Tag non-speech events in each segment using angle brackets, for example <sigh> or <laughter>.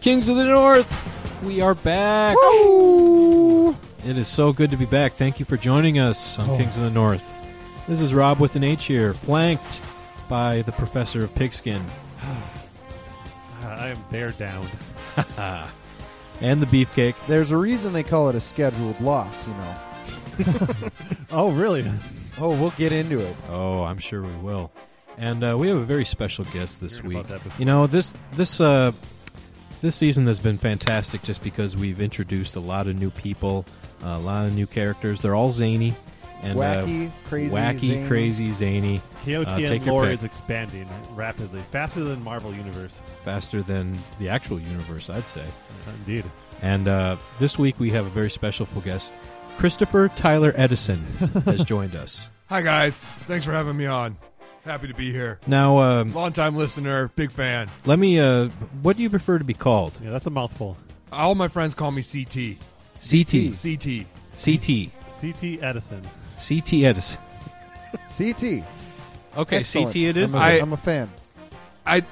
Kings of the North, we are back. It is so good to be back. Thank you for joining us on Kings of the North. This is Rob with an H here, flanked by the Professor of Pigskin I am bear down. and the Beefcake. There's a reason they call it a scheduled loss, you know. Oh, really? Oh, we'll get into it. Oh, I'm sure we will. And uh, we have a very special guest this Hearing week. about that before. You know this this uh, this season has been fantastic just because we've introduced a lot of new people, uh, a lot of new characters. They're all zany and Wacky, uh, crazy, wacky, zany. crazy, zany, Uh, take KOTN your lore pick. is expanding rapidly, faster than Marvel Universe. faster than the actual universe, I'd say. Indeed. And uh, this week we have a very special guest, Christopher Tyler <laughs> Edison has joined us. Hi guys, thanks for having me on. Happy to be here. Now, um, Longtime listener, big fan. let me. Uh, what do you prefer to be called? Yeah, that's a mouthful. All my friends call me CT. CT, CT. CT, CT Edison. CT Edison. CT. Okay, Excellent. CT it is. I'm a, I- am a fan. I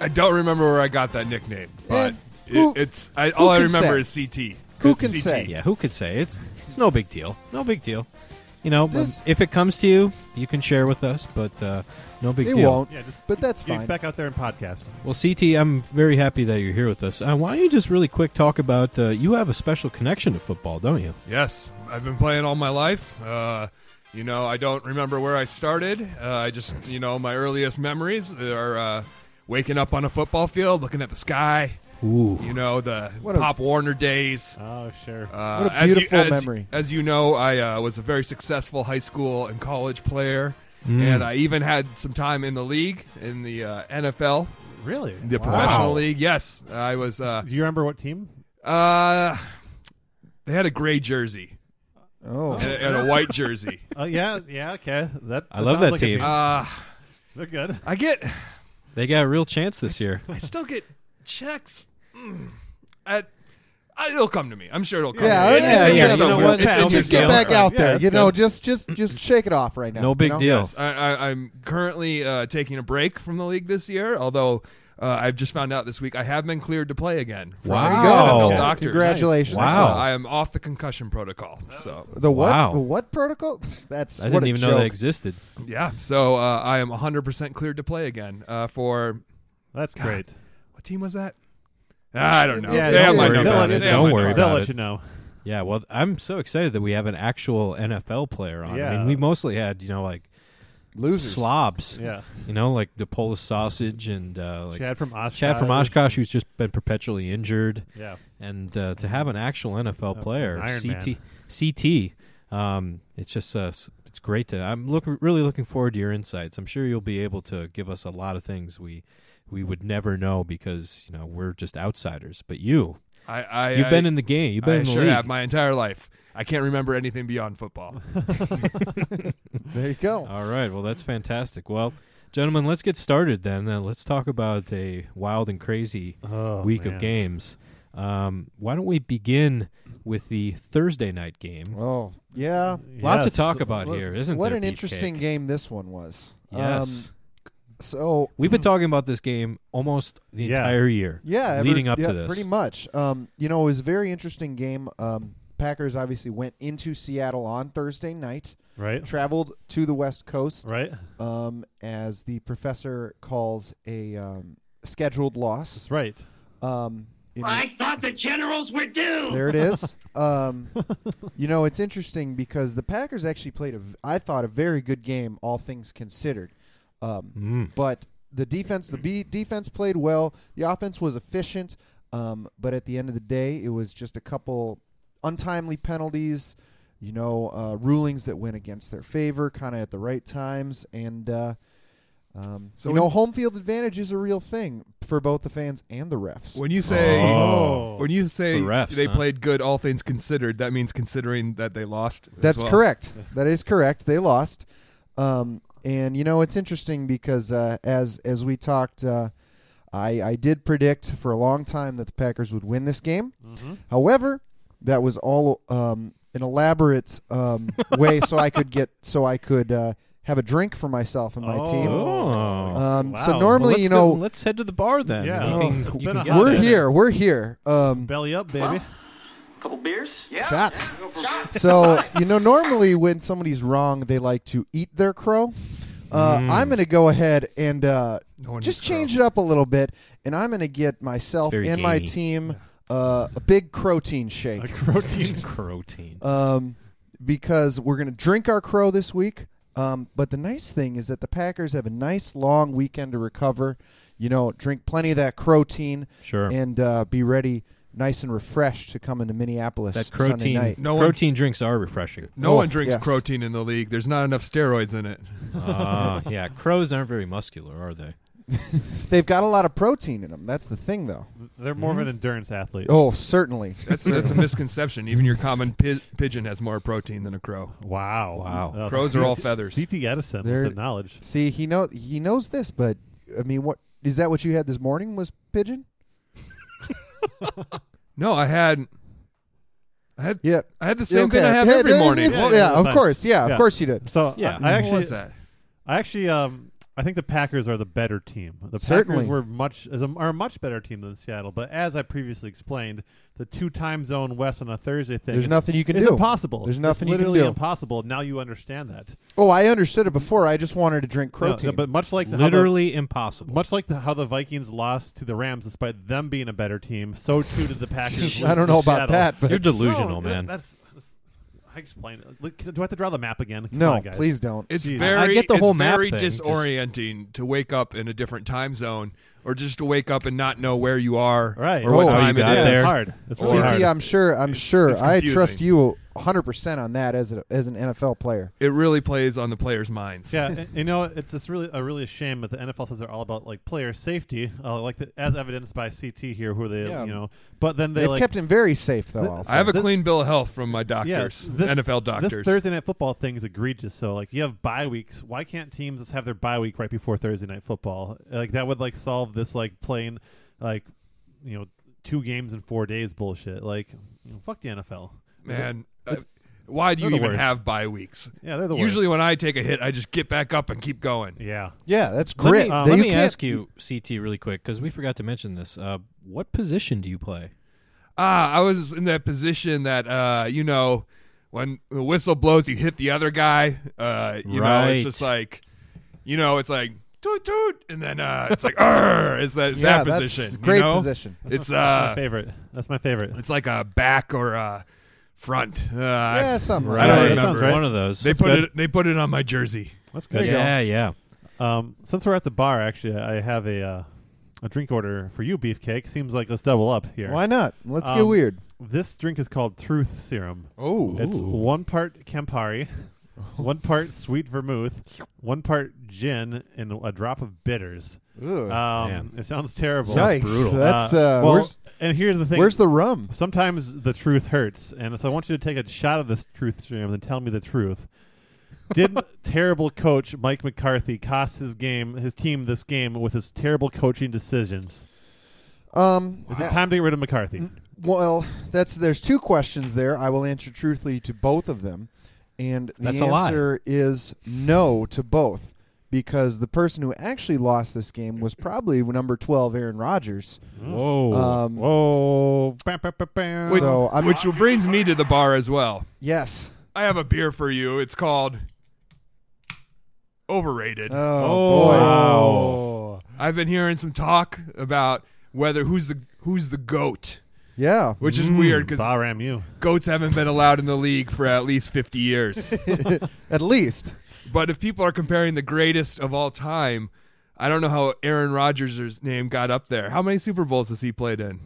I don't remember where I got that nickname, but Eh, who- it, it's I, all I can remember say? is CT. Who can CT. say? Yeah, who could say it's it's no big deal. No big deal. You know, Just- if it comes to you, you can share with us, but uh, no big They deal. won't, Yeah, just but that's Get fine. back out there and podcast. Well, CT, I'm very happy that you're here with us. Uh, why don't you just really quick talk about uh, you have a special connection to football, don't you? Yes, I've been playing all my life. Uh, you know, I don't remember where I started. Uh, I just, you know, my earliest memories are uh, waking up on a football field, looking at the sky. Ooh, You know, the What a- Pop Warner days. Oh, sure. Uh, What a as you- beautiful as- memory. As you know, I uh, was a very successful high school and college player, Mm. and I even had some time in the league, in the uh, NFL, really? the Wow. professional league. Yes, I was. Uh, Do you remember what <laughs> team? uh, they had a gray jersey Oh, and, a- and a <laughs> white jersey. Oh, yeah, yeah, okay. That I love sounds that like a team. Uh, They're good. I get, they got a real chance this <laughs> year. I still get checks. mm, At, I, it'll come to me. I'm sure it'll come. Yeah, to me. yeah, It's- yeah, it's you a know weird- what? it's a No just big get weird deal. back feeling. out Yeah, there. that's you know, good. just just just shake it off right now. No big you know? deal. Yes, I, I, I'm currently uh, taking a break from the league this year, although uh, I've just found out this week I have been cleared to play again. from Wow. the NFL Okay. doctors. Congratulations. So Wow. I am off the concussion protocol. So The what? Wow. The what protocol? <laughs> That's I what didn't a even joke. know they existed. yeah, so uh, I am 100% cleared to play again uh, for That's great. what team was that? I don't know. Yeah, they have don't my worry number. about it. They have Don't my worry number. They'll about let it. you know. Yeah, well, I'm so excited that we have an actual NFL player on. I Yeah. mean, we mostly had you know like Losers. slobs, Yeah. you know, like the Polish sausage and uh, like Chad from Oshkosh. Chad from Oshkosh, who's just been perpetually injured, Yeah. and uh, to have an actual NFL player, Iron CT, CT, um, it's just uh, s- it's great to. I'm look really looking forward to your insights. I'm sure you'll be able to give us a lot of things we we would never know because you know we're just outsiders. But you, I, I, you've been I- in the game, you've been I in the sure league. have my entire life. I can't remember anything beyond football. There you go. All right, well that's fantastic. Well, gentlemen, let's get started then. Uh, let's talk about a wild and crazy Oh, week of man. games. Um, why don't we begin with the Thursday night game? Oh yeah. Lots to Yes. talk about here, isn't What there? an Beefcake? interesting game this one was. Um, Yes, so we've been talking about this game almost the Yeah. entire year. Yeah, ever- leading up yeah, to this. pretty much. Um, you know, it was a very interesting game. Um, Packers obviously went into Seattle on Thursday night, Right? traveled to the West Coast, Right? um, as the professor calls a um, scheduled loss. That's right. Um, you know, I thought the generals were due. there <laughs> it is. Um, you know, it's interesting because the Packers actually played a, v- I thought, a very good game, all things considered. Um, Mm. but the defense, the B defense played well. The offense was efficient, um, but at the end of the day, it was just a couple untimely penalties, you know, uh, rulings that went against their favor, kind of at the right times, and uh, um, So you when- know, home field advantage is a real thing for both the fans and the refs. When you say Oh. when you say the refs, they huh? played good, all things considered, that means considering that they lost. as That's well. correct. That is correct. They lost, um, and you know it's interesting because uh, as as we talked, uh, I I did predict for a long time that the Packers would win this game. Mm-hmm. However, that was all um, an elaborate um, way so I could get so I could uh, have a drink for myself and my team. Oh. Um, So Wow. Well, normally, let's you go- know, let's head to the bar then. Yeah. You can- Oh, it's you been can a get hot it. we're minute. <laughs> here. We're here. Um, Belly up, baby. Well, <laughs> couple beers? Yeah. shots. Go for Shot. So you know, normally when somebody's wrong, they like to eat their crow. Uh, I'm going to go ahead and uh, No one just needs crow. change it up a little bit, and I'm going to get myself It's very and my gamey. team uh, a big protein shake. A protein. Protein. um, because we're going to drink our crow this week. Um, but the nice thing is that the Packers have a nice long weekend to recover. You know, drink plenty of that protein Sure. and uh, be ready, nice and refreshed, to come into Minneapolis That Sunday protein. night. No one- protein drinks are refreshing. No Oh, one drinks yes. protein in the league. There's not enough steroids in it. Ah, yeah. Crows aren't very muscular, are they? They've got a lot of protein in them. That's the thing, though. They're more of Mm-hmm. an endurance athlete. Oh, certainly. That's that's a misconception. Even your common pi- pigeon has more protein than a crow. Wow. Wow. Uh, Crows are all C- feathers. C.T. Edison They're- with the knowledge. See, he know he knows this, but I mean, what is that? What you had this morning was pigeon. No, I had, I had, Yeah. I had the same okay. thing I have Yeah, every yeah, morning. it's- Yeah, What yeah, yeah, of fine. course. Yeah, Yeah. of course you did. So Yeah. I, I actually was that? I actually, um, I think the Packers are the better team. The Certainly. Packers were much as a, are a much better team than Seattle. But as I previously explained, the two time zone west on a Thursday thing There's is, nothing you can is do. impossible. There's It's nothing you can literally do. impossible. Now you understand that. Oh, I understood it before. I just wanted to drink No, protein. but much like the, how the- Literally <laughs> impossible. Much like the, how the Vikings lost to the Rams, despite them being a better team, so too did the Packers. <laughs> I don't know about that, but You're delusional, man. That's, that's I explained. it. Look, can- Do I have to draw the map again? Come no, on, guys. please don't. It's Jeez. very, I get the it's whole map very thing, just- disorienting to wake up in a different time zone, or just to wake up and not know where you are, Right. or what Oh, time you it got is. Yeah, there. It's hard. It's really hard. CT, I'm sure. I'm It's- sure. it's I confusing. trust you 100 percent on that as a, as an NFL player. It really plays on the players' minds. Yeah, and- you know, it's this really a really a shame that the NFL says they're all about like player safety, uh, like the, as evidenced by CT here, who they Yeah. you know, but then they They've like kept him very safe though. Th- Also, I have a This- clean bill of health from my yeah, doctors, this- NFL This doctors. Thursday night football thing is egregious. So like, you have bye weeks. Why can't teams just have their bye week right before Thursday night football? Like that would like solve this like playing like you know two games in four days bullshit. Like you know, fuck the NFL. Man, uh, why do they're you the even worst. have bye weeks? Yeah, they're the Usually, when Uh, I take a hit, I just get back up and keep going. worst. yeah. yeah, that's Let grit. me, uh, That let you me can't- ask you, CT, really quick, because we forgot to mention this. Uh, what position do you play? Ah, I was in that position that uh, you know, when the whistle blows, you hit the other guy. Uh, you know, Right. it's just like, you know, it's like toot toot, and then uh, it's like, "Arr!" it's that Yeah, that that's position. you great know? position. It's That's my uh, favorite. That's my favorite. it's like a back or a front. Uh, Yeah, something. I Right. don't Right. remember. sounds right. Uh, One of those. they put good. it. They put it on my jersey. That's good. yeah, yeah. Um, since we're at the bar, actually, I have a uh, a drink order for you, Beefcake. Seems like let's double up here. Why not? Let's get Um, weird. This drink is called Truth Serum. Oh, It's one part <laughs> Campari, one part sweet vermouth, one part gin, and a drop of bitters. Ugh. Um, Man. it sounds terrible. Yikes. brutal. That's uh, well, where's, and here's the thing. where's the rum? Sometimes the truth hurts, and so I want you to take a shot of this truth serum and tell me the truth. <laughs> Did terrible coach Mike McCarthy cost his game, his team, this game with his terrible coaching decisions? Um, Is uh, it time to get rid of McCarthy? well, that's there's two questions there. I will answer truthfully to both of them, and the That's a lie. answer is no to both because the person who actually lost this game was probably number twelve, Aaron Rodgers. Whoa. Um, Whoa! Bam, bam, bam, bam. Wait. So I'm- which brings me to the bar as well. yes. I have a beer for you. It's called Overrated. Oh, oh, boy. wow. I've been hearing some talk about whether who's the who's the goat, Yeah. which Mm, is weird because Bahram, you. goats haven't been allowed in the league for at least <laughs> 50 years. At least. but if people are comparing the greatest of all time, I don't know how Aaron Rodgers' name got up there. How many Super Bowls has he played in?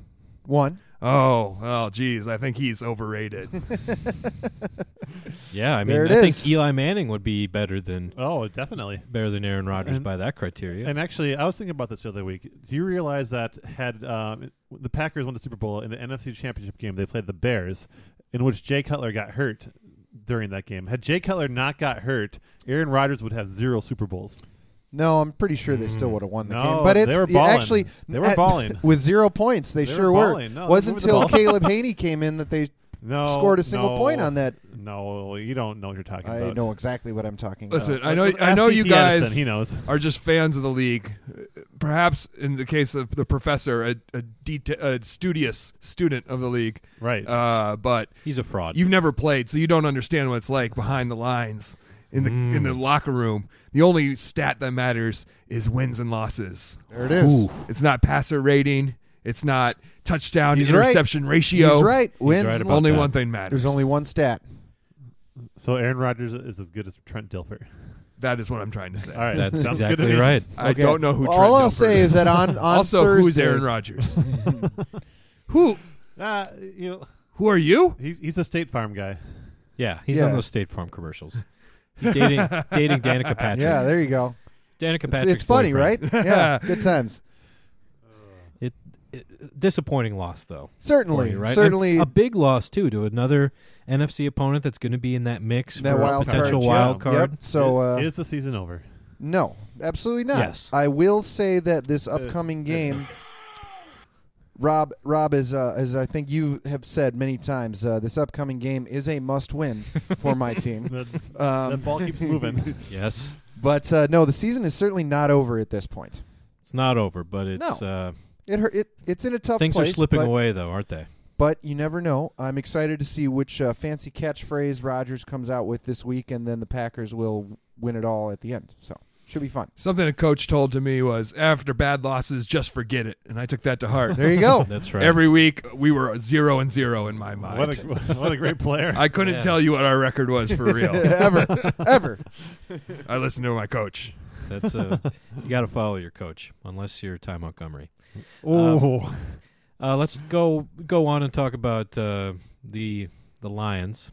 One. Oh, well, geez, I think he's overrated. <laughs> yeah, I mean, there it I is. think Eli Manning would be better than Oh, definitely. better than Aaron Rodgers And- by that criteria. And actually, I was thinking about this the other week. Do you realize that had um, the Packers won the Super Bowl in the NFC Championship game, they played the Bears, in which Jay Cutler got hurt during that game. Had Jay Cutler not got hurt, Aaron Rodgers would have zero Super Bowls. No, I'm pretty sure they still would have won the Hmm. No, game. But it's they were yeah, balling. actually They were at- balling. with zero points. They, They were sure were. balling. No, they Wasn't moved the until ball. <laughs> Caleb Haney came in that they No, scored a single no, point on that. No, you don't know what you're talking I about. know exactly what I'm talking about. Listen, I know, Ask I know you CT Anderson, guys he knows. are just fans of the league. Perhaps in the case of the professor, a, a, deta- a studious student of the league. Right. Uh, but He's a fraud. you've never played, so you don't understand what it's like behind the lines in the in Mm. the locker room. The only stat that matters is wins and losses. There it is. It's not passer rating. It's not touchdown He's to right. interception ratio. He's right. Wins. right and about lo- Only that. one thing matters. There's only one stat. so Aaron Rodgers is as good as Trent Dilfer. <laughs> That is what I'm trying to say. All right. That's sounds good exactly to me. <laughs> right. I Okay. don't know who. All Trent I'll Dilfer say is that on on also Thursday, who's Aaron Rodgers? <laughs> who Uh, you know, who are you? he's, he's a State Farm guy. yeah, he's Yeah. on those State Farm commercials. He's dating dating Danica Patrick. Yeah, there you go. Danica It's, Patrick. it's funny, right? Yeah, good times. Disappointing loss though. for Certainly, you, right? And certainly. a big loss too to another NFC opponent that's going to be in that mix that for wild a potential card. wild Yep, card. Yep. So uh, is the season over? no, absolutely not. Yes. I will say that this <laughs> upcoming game, Rob, Rob is uh, as I think you have said many times, uh, this upcoming game is a must-win for my team. The, the Um, ball <laughs> keeps moving. Yes, but uh, no, the season is certainly not over at this point. it's not over, but it's uh, It hurt. It, it's in a tough things place. are slipping but away though, aren't they? But you never know. I'm excited to see which uh, fancy catchphrase Rogers comes out with this week, and then the Packers will win it all at the end. So should be fun. Something a coach told to me was after bad losses, just forget it, and I took that to heart. There <laughs> you <laughs> go. That's right. Every week we were zero and zero in my mind. what, a, <laughs> what a great player. <laughs> Um, I couldn't Yeah. tell you what our record was for real. ever, ever. I listened to my coach. That's uh, you got to follow your coach unless you're Ty Montgomery. oh, <laughs> Uh, let's go go on and talk about uh, the the Lions.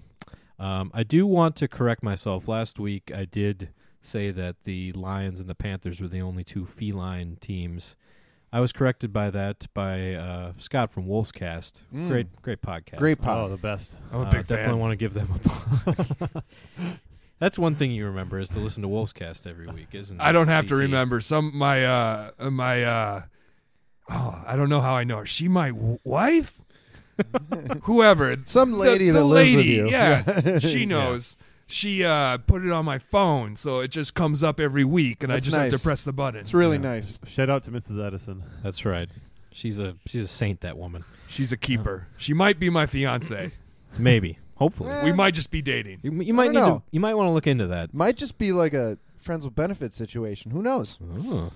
Um, I do want to correct myself. Last week, I did say that the Lions and the Panthers were the only two feline teams. I was corrected by that by uh, Scott from Wolfscast. Mm. Great, great podcast. Great oh, pop. the best. I'm a Uh, big definitely fan. want to give them a plug. <laughs> That's one thing you remember is to listen to Wolfscast every week, isn't it? I don't have to CT? remember some my uh my uh oh I don't know how I know her. She my w- <laughs> wife, whoever Some The- lady the that lives with lady, you. <laughs> Yeah, she knows. She uh put it on my phone, so it just comes up every week, and I That's just have nice. to press the button. It's really nice. Shout out to Mrs. Edison. That's right. She's a she's a saint. That woman. She's a keeper. She might be my fiance. <laughs> Maybe. Hopefully. we might just be dating. You, you might don't need know. to, you might want to look into that. Might just be like a friends with benefits situation. Who knows? Oh,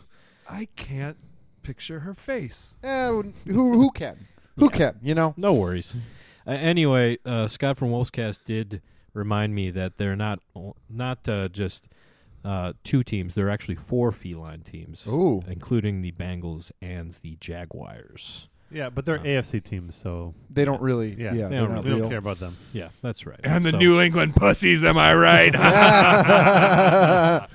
I can't picture her face. Eh, who who can? Who can? You know. No worries. Uh, anyway, uh, Scott from Wolfscast did remind me that they're not o- not uh, just uh, two teams; they're actually four feline teams, Ooh. including the Bengals and the Jaguars. Yeah, but they're Uh, AFC teams, so They don't really. yeah, Yeah. we they're don't- not we don't real. care <laughs> about them. Yeah, that's right. And the So- New England pussies, am I <laughs> right? <laughs>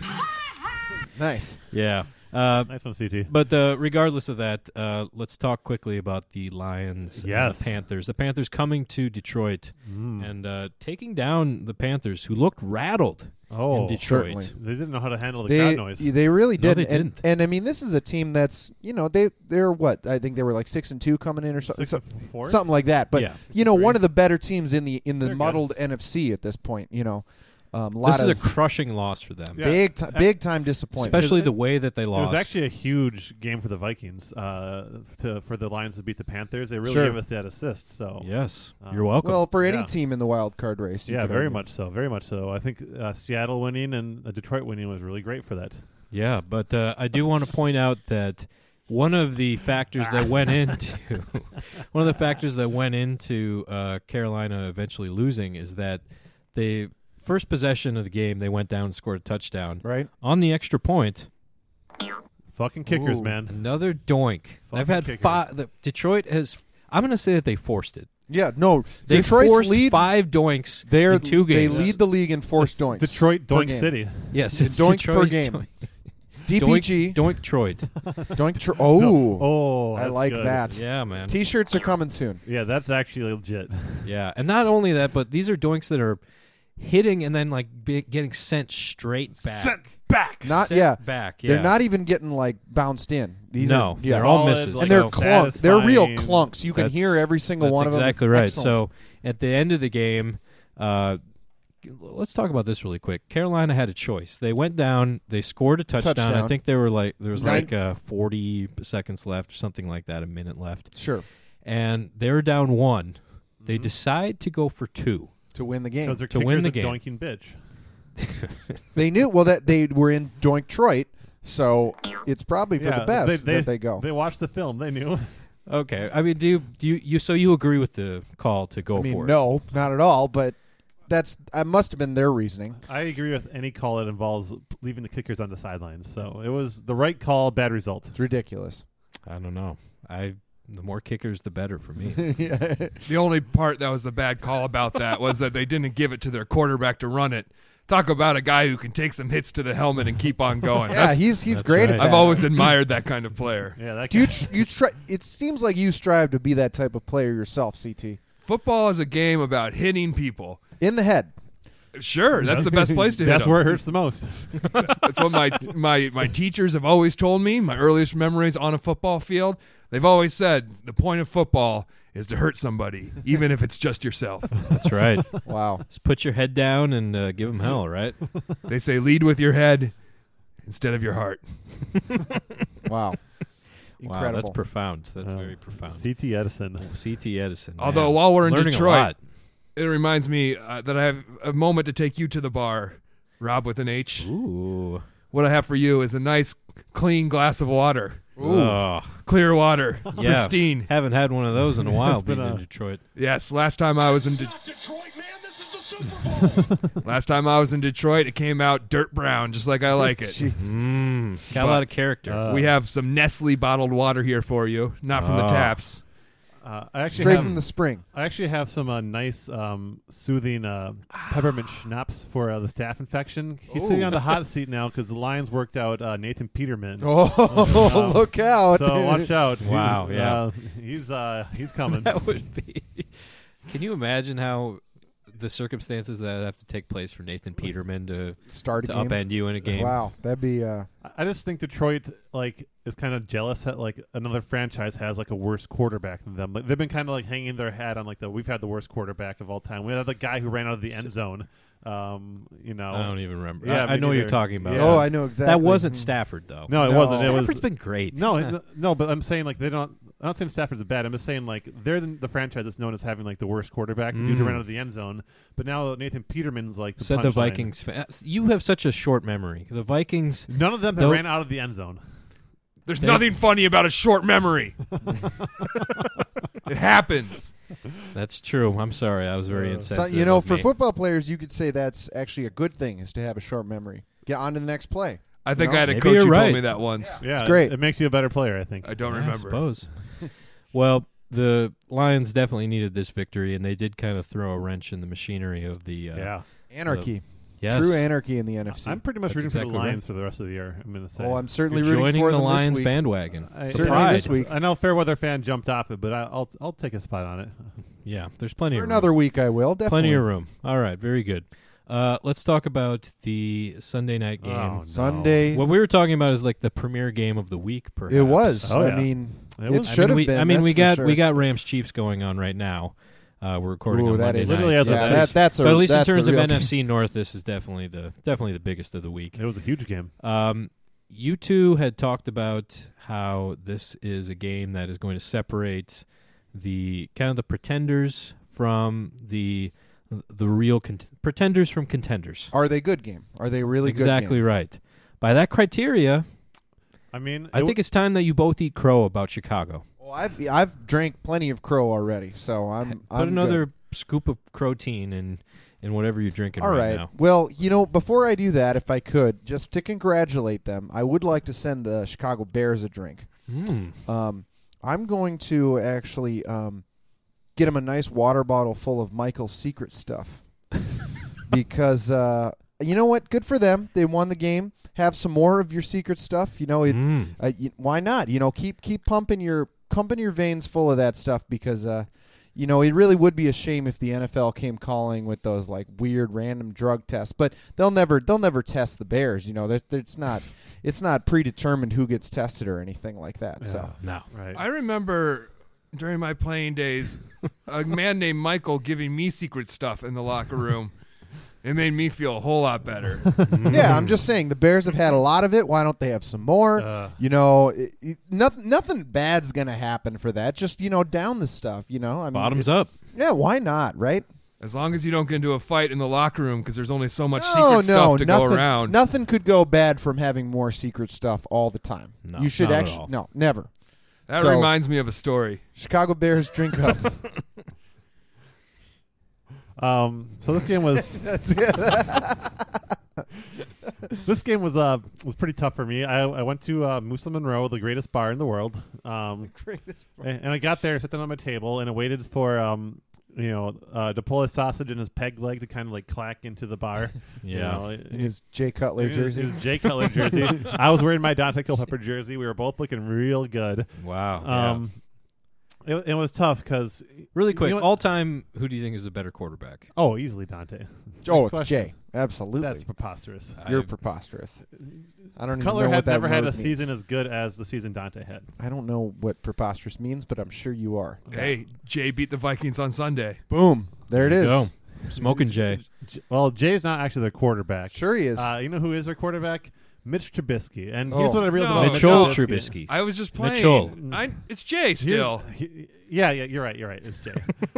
nice. yeah. Uh, Nice one, CT. But uh, regardless of that, uh, let's talk quickly about the Lions and Yes. Mm. the Panthers. The Panthers coming to Detroit and uh, taking down the Panthers, who looked rattled Oh, in Detroit. certainly. they didn't know how to handle the They crowd noise. they really No, did. they and, didn't. and I mean, this is a team that's you know they they're what I think they were like six and two coming in or something. Six So, and four? something like that. But Yeah. you know, one of the better teams in the in the They're good. muddled NFC at this point. You know, um, lot This is a of crushing loss for them, Yeah. big ti- big time disappointment. especially the way that they It was lost. actually a huge game for the Vikings uh, to, for the Lions to beat the Panthers. They really Sure. gave us that assist. So Oh. yes, Uh, you're welcome. well, for any Yeah. team in the wild card race. you yeah, could very argue. much so, very much so. I think uh, Seattle winning and uh, Detroit winning was really great for that. yeah, but uh, I do want to point out that one of the factors that went into <laughs> one of the factors that went into uh, Carolina eventually losing is that they first possession of the game they went down and scored a touchdown Right. on the extra point. Fucking kickers, Ooh. man. Another doink. Fucking I've had kickers. five. The, Detroit has. I'm going to say that they forced it. Yeah. No. They Detroit forced leads. five doinks they're in two they games. lead the league in forced doinks. Detroit per Doink game. City. Yes, it's doinks Detroit per game. doink- DPG. Doink, doink Troid. <laughs> Doink. Tr- oh. Oh, I that's like good. that. yeah, man. T-shirts are coming soon. Yeah, that's actually legit. <laughs> Yeah, and not only that, but these are doinks that are hitting and then like be- getting sent straight back. Sent back. Not Sent yeah. back. Yeah. They're not even getting like bounced in. These No, are, yeah. they're all Solid, misses. like, and they're so clunks. They're real satisfying- clunks. You can That's- hear every single That's one of them. exactly right. So Excellent. at the end of the game, uh, let's talk about this really quick. Carolina had a choice. They went down. They scored a touchdown. I Touchdown. think they were like there was Nine- like uh, forty seconds left, or something like that, a minute left, Sure. and they're down one. They Mm-hmm. decide to go for two. To win the game. Because their To kicker's win the a game. doinking bitch. They knew well that they were in Detroit, so it's probably for yeah, the best they, that they go. They watched the film. They knew. <laughs> Okay, I mean, do you, do you, you so you agree with the call to go I mean, for it? no, not at all. But that's that must have been their reasoning. I agree with any call that involves leaving the kickers on the sidelines. So it was the right call, bad result. It's ridiculous. I don't know. I the more kickers, the better for me. <laughs> yeah. The only part that was the bad call about that was that they didn't give it to their quarterback to run it. Talk about a guy who can take some hits to the helmet and keep on going. That's- he's he's that's great right. at that. I've always admired that kind of player. Yeah, that Do you guy- tr- you try? It seems like you strive to be that type of player yourself, CT. Football is a game about hitting people. In the head. Sure, that's the best place to hit. that's 'em. where it hurts the most. That's what my my my teachers have always told me. My earliest memories on a football field, they've always said the point of football is to hurt somebody, even if it's just yourself. That's right. <laughs> Wow. Just put your head down and uh, give them hell, <laughs> right? They say lead with your head instead of your heart. Wow. Wow, that's Incredible. profound. That's Oh. very profound. CT Edison. CT Edison. man. Although while we're in Learning Detroit, a lot. it reminds me uh, that I have a moment to take you to the bar, Rob with an H. Ooh. What I have for you is a nice, clean glass of water, Oh, clear water, yeah. pristine. Haven't had one of <laughs> those in a while been being in a- Detroit. Yes, last time I was in De- Not Detroit, man. This is the Super Bowl. last time I was in Detroit, it came out dirt brown, just like I like it. Jesus. Mm. Got a lot of character. Uh, we have some Nestle bottled water here for you, not from the Ah. taps. Uh, I actually Straight have, from the spring. I actually have some uh, nice, um, soothing uh, peppermint schnapps for uh, the staph infection. He's sitting on the hot seat now because the Lions worked out uh, Nathan Peterman. <laughs> Oh, look out! So watch out! Wow, He- yeah. uh, he's uh, he's <laughs> coming. <laughs> that would be. <laughs> Can you imagine how the circumstances that have to take place for Nathan Peterman to, Start to a game. upend you in a game? Wow, that'd be. Uh, I- I just think Detroit like is kind of jealous that like another franchise has like a worse quarterback than them. Like they've been kind of like hanging their head on like the we've had the worst quarterback of all time. We had the guy who ran out of the end zone. Um, you know, I don't even remember. Yeah, I, I me know what you're neither. talking about. Yeah. Mm-hmm. Oh, I know exactly. That wasn't Mhm. Stafford, though. no, it No. wasn't. It was Stafford's been great. no, He's not- it- no, but I'm saying like they don't. I'm not saying Stafford's bad. I'm just saying like they're the, the franchise that's known as having like the worst quarterback due to Mm. ran out of the end zone. But now Nathan Peterman's like the said the punchline. Vikings. Fa- uh, you have such a short memory. The Vikings. None of them have Nope. ran out of the end zone. There's They- nothing funny about a <laughs> short memory. <laughs> it happens. That's true. I'm sorry. I was very Uh, So, insensitive. you know, of for me. football players, you could say that's actually a good thing is to have a short memory. Get on to the next play. I think No, I had a maybe coach you're who right. told me that once. Yeah, it- great. It, makes you a better player, I think. I don't Yeah, remember. I <laughs> suppose. well, the Lions definitely needed this victory, and they did kind of throw a wrench in the machinery of the. Uh, yeah. Anarchy, Yes. true anarchy in the NFC. I'm pretty much That's rooting for exactly the right. Lions for the rest of the year. I'm gonna say. oh, I'm certainly You're rooting joining for the them this Lions week. Uh, bandwagon. I- The Certainly pride. this week. I know Fairweather fan jumped off it, but I, I'll I'll take a spot on it. Yeah, there's plenty For of another room. week, I will definitely. plenty of room. All right, very good. Uh, let's talk about the Sunday night game. Oh, no. Sunday. What we were talking about is like the premier game of the week. Perhaps it was. Oh, I yeah. mean, It it, was- I should mean, have we, been. I mean, that's we for got sure. we got Rams Chiefs going on right now. Uh, we're recording Ooh, on that Monday is- night. Literally as so of that today. is- that, that's the but at least in that's the terms of real- NFC North, this is definitely the definitely the biggest of the week. It was a huge game. Um, you two had talked about how this is a game that is going to separate the kind of the pretenders from the the real cont- pretenders from contenders. Are they good game? Are they really exactly good? right. By that criteria, I mean, I it w- think it's time that you both eat crow about Chicago. Exactly. Well, I've I've drank plenty of crow already, so I'm. Um, Put I'm another scoop of protein in in whatever you're drinking Good. All right, right. now. Well, you know, before I do that, if I could, just to congratulate them, I would like to send the Chicago Bears a drink. Mm. Um, I'm going to actually um, get him a nice water bottle full of Michael's <laughs> secret stuff because uh, you know what? Good for them. They won the game. Have some more of your secret stuff. You know, it, Mm. uh, y why not? You know, keep keep pumping your pumping your veins full of that stuff because. Uh, you know, it really would be a shame if the NFL came calling with those like weird random drug tests, but they'll never they'll never test the Bears. You know, They're- they're- it's not it's not predetermined who gets tested or anything like that. So No. right. I remember during my playing days a man named Michael giving me secret stuff in the locker room. It made me feel a whole <laughs> lot better. <laughs> yeah, I'm just saying the Bears have had a lot of it. Why don't they have some more? Uh. you know, it, it, nothing nothing bad's gonna happen for that. Just you know, down the stuff. You know, I mean, Bottoms it- up. Yeah, why not? Right? As long as you don't get into a fight in the locker room because there's only so much no, secret no, stuff to nothing, go around. Nothing could go bad from having more secret stuff all the time. No, you should not at actually all. no, never. that so- reminds me of a story. Chicago Bears <laughs> drink up. Um, so this game was <laughs> That's it. <laughs> this game was uh was pretty tough for me. I I went to uh, Musa Monroe, the greatest bar in the world. Um, Greatest part. and, and I got there, sat down on my table, and I waited for um you know uh, to pull his sausage and his peg leg to kind of like clack into the bar. <laughs> You Yeah. know, it- In his Jay Cutler It was- it jersey. was Jay Cutler jersey. <laughs> I was wearing my Dante Culpepper jersey. We were both looking real good. Wow. yeah. Um, it, it was tough because Really quick, know what- all time, who do you think is a better quarterback? oh, easily Dante. Oh, Next it's question. Jay. Absolutely. That's preposterous. You're I- preposterous. I don't even Cutler know what had that never had a word means. season as good as the season Dante had. I don't know what preposterous means, but I'm sure you are. Hey, Jay beat the Vikings on Sunday. Boom. There it There is. you go. Smoking Jay. J- Well, Jay's not actually their quarterback. Sure he is. Uh, you know who is their quarterback? Mitch Trubisky. And here's Oh. what I realized No. about Mitchell Mitch Trubisky. I was just playing. Mitchell. Mm. I, it's Jay Here's- still. he- yeah, yeah, you're right. You're right. <laughs> It's Jay.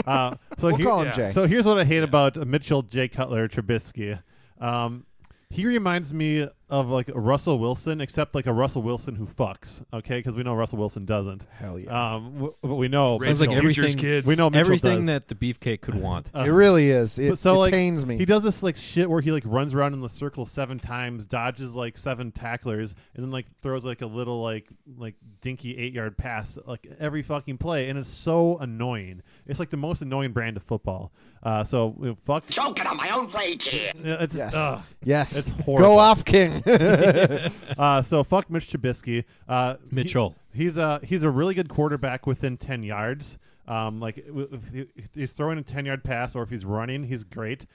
uh, so we'll here- call him yeah. Jay. So here's what I hate about Mitchell, Jay Cutler, Trubisky. Um, he reminds me of like a Russell Wilson, except like a Russell Wilson who fucks. Okay, because we know Russell Wilson doesn't. Hell yeah. Um, w- but we know Sounds Mitchell- like Futures everything- kids. we know Mitchell Everything does. that the beefcake could <laughs> want. uh, it really is. It, But so it like pains me. he does this like shit where he like runs around in the circle seven times, dodges like seven tacklers, and then like throws like a little like like dinky eight yard pass like every fucking play, and it's so annoying. It's like the most annoying brand of football. Uh, so you know, fuck. Choking on my own rage here. It's Yes. ugh. yes. It's Go horrible. off, King. Uh, so fuck Mitch Trubisky. Uh, he- Mitchell. he's a he's a really good quarterback within ten yards. Um, like w- if, he, if he's throwing a ten yard pass or if he's running, he's great.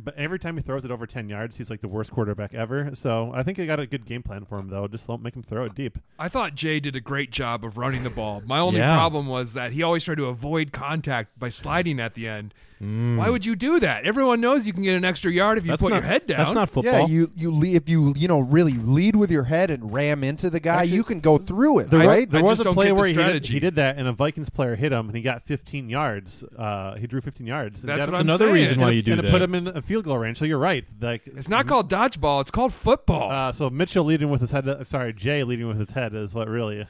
But every time he throws it over ten yards, he's like the worst quarterback ever. So I think I got a good game plan for him though. Just don't make him throw it deep. I thought Jay did a great job of running the ball. My only Yeah. problem was that he always tried to avoid contact by sliding at the end. Why would you do that? Everyone knows you can get an extra yard if you Mm. that's put not, your head down. That's not football. yeah, you you le- if you you know really lead with your head and ram into the guy, Actually, you can go through it, There, right? there I was just a don't play get the where he did, strategy. he did that, and a Vikings player hit him, and he got 15 yards. Uh, he drew 15 yards. And That's got him- what I'm another saying. reason why and you do and that. it put him in a field goal range. So you're right. Like It's not called dodgeball. It's called football. Uh, so Mitchell leading with his head. uh, sorry, Jay leading with his head is what really,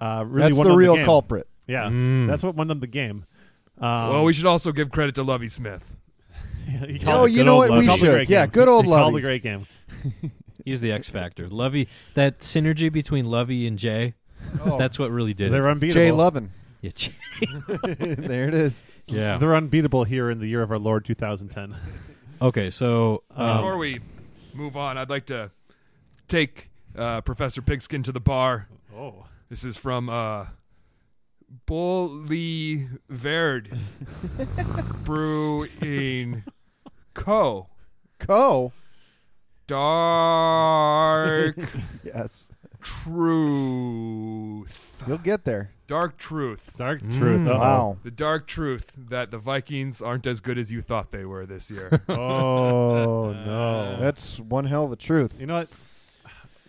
uh, really That's won the them real game. culprit. Yeah, Mm. that's what won them the game. <laughs> Um, well, we should also give credit to Lovey Smith. he Oh, called it you good know old what? Lovey. We Called the should. great Yeah, game. good old He called Lovey. the great game. He's the X factor. Lovey, that synergy between Lovey and Jay, Oh. that's what really did They're it. unbeatable. Jay Lovin. <laughs> Yeah, Jay. there it is. yeah. They're unbeatable here in the year of our <laughs> Lord 2010. Okay, so um, Before we move on, I'd like to take uh, Professor Pigskin to the bar. oh, This is from uh, Boliverd Brewing Co. Co. Dark Yes, truth. you'll get there. Dark truth. dark Mm. truth. Uh-oh. Wow. The dark truth that the Vikings aren't as good as you thought they were this year. <laughs> <laughs> Oh no. That's one hell of a truth. you know what?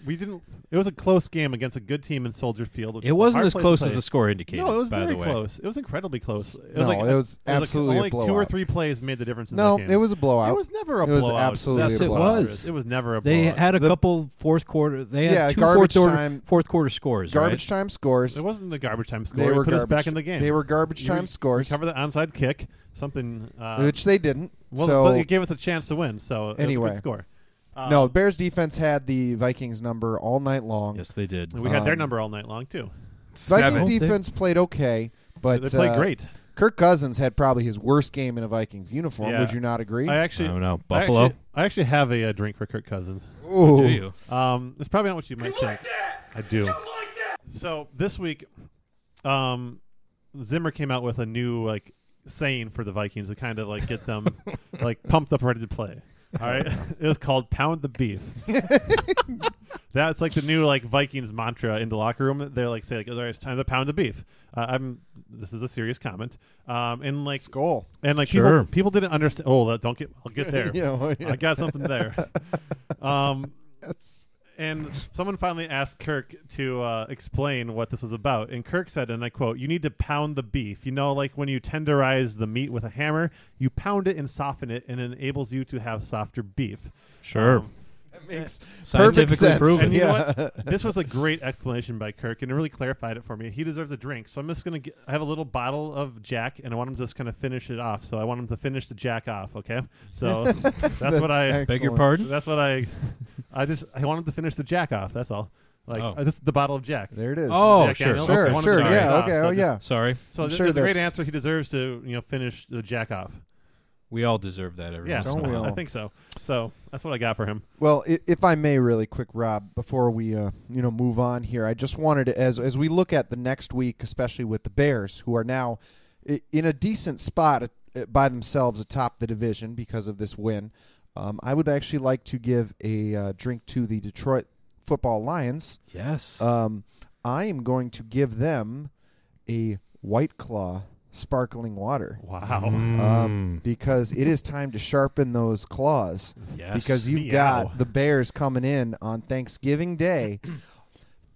We didn't. It was a close game against a good team in Soldier Field. Which it is a wasn't hard as place to close play. as the score indicated, No, it was by very the way. close. It was incredibly close. It No, was like it was like absolutely a only two or blowout. three plays made the difference. In No, that game. it was a blowout. It was never a It was blowout. absolutely Yes, a it blowout. was. It was never a They blowout. had a The- couple fourth quarter. They had Yeah, two garbage fourth quarter, time- fourth quarter scores. garbage right? time scores. It wasn't the garbage time score. They It were put us garbage back in the game. They were garbage You time re- scores, Cover the onside kick. Something. Uh, which they didn't. well, so but it gave us a chance to win. So it was a good Anyway. score. Uh, no, Bears defense had the Vikings number all night long. Yes, they did. and we had their um, number all night long too. Seven. Vikings They- defense played okay, but they played uh, great. Kirk Cousins had probably his worst game in a Vikings uniform. Yeah. Would you not agree? I I actually. don't know. I Oh, Buffalo. actually- I actually have a, uh drink for Kirk Cousins. Ooh. Do you? Um, it's probably not what you might You think. like that? I do. You like that? So this week, um, Zimmer came out with a new like saying for the Vikings to kind of like get them <laughs> like pumped up, ready to play. All right, it was called "Pound the Beef." That's like the new like Vikings mantra in the locker room. They're like say like, all right, it's time to pound the beef. Uh, I'm. This is a serious comment. Um, and like Skull. and like Sure. people people didn't understand. Oh, that- don't get. I'll <laughs> get there. yeah, well, yeah. I got something <laughs> there. um, That's- and someone finally asked Kirk to uh, explain what this was about. And Kirk said, and I quote, You need to pound the beef. You know, like when you tenderize the meat with a hammer, you pound it and soften it, and it enables you to have softer beef. Sure. Um, that makes Scientifically perfect sense. proven. and you yeah. <laughs> know what? This was a great explanation by Kirk, and it really clarified it for me. He deserves a drink, so I'm just gonna get, I have a little bottle of Jack, and I want him to just kind of finish it off. So I want him to finish the Jack off. Okay, so that's, what I That's Beg your excellent. pardon? that's what I. I just I wanted to finish the Jack off. That's all. Like Oh. uh, this, the bottle of Jack. There it is. Oh, Jack sure, Daniels. sure, I wanted to sure, finish yeah, it off, okay, so oh, just- yeah. Sorry. So I'm th- sure that's a great that's- answer. He deserves to you know finish the Jack off. We all deserve that every Yeah, once in Don't a we while. I all? think so. So that's what I got for him. Well, i- if I may, really quick, Rob, before we uh, you know move on here, I just wanted to as as we look at the next week, especially with the Bears, who are now i- in a decent spot uh, by themselves atop the division because of this win. Um, I would actually like to give a uh, drink to the Detroit Football Lions. Yes. Um, I am going to give them a White Claw sparkling water Wow. Mm. um, because it is time to sharpen those claws yes. because you've Meow. got the Bears coming in on Thanksgiving Day. <clears throat>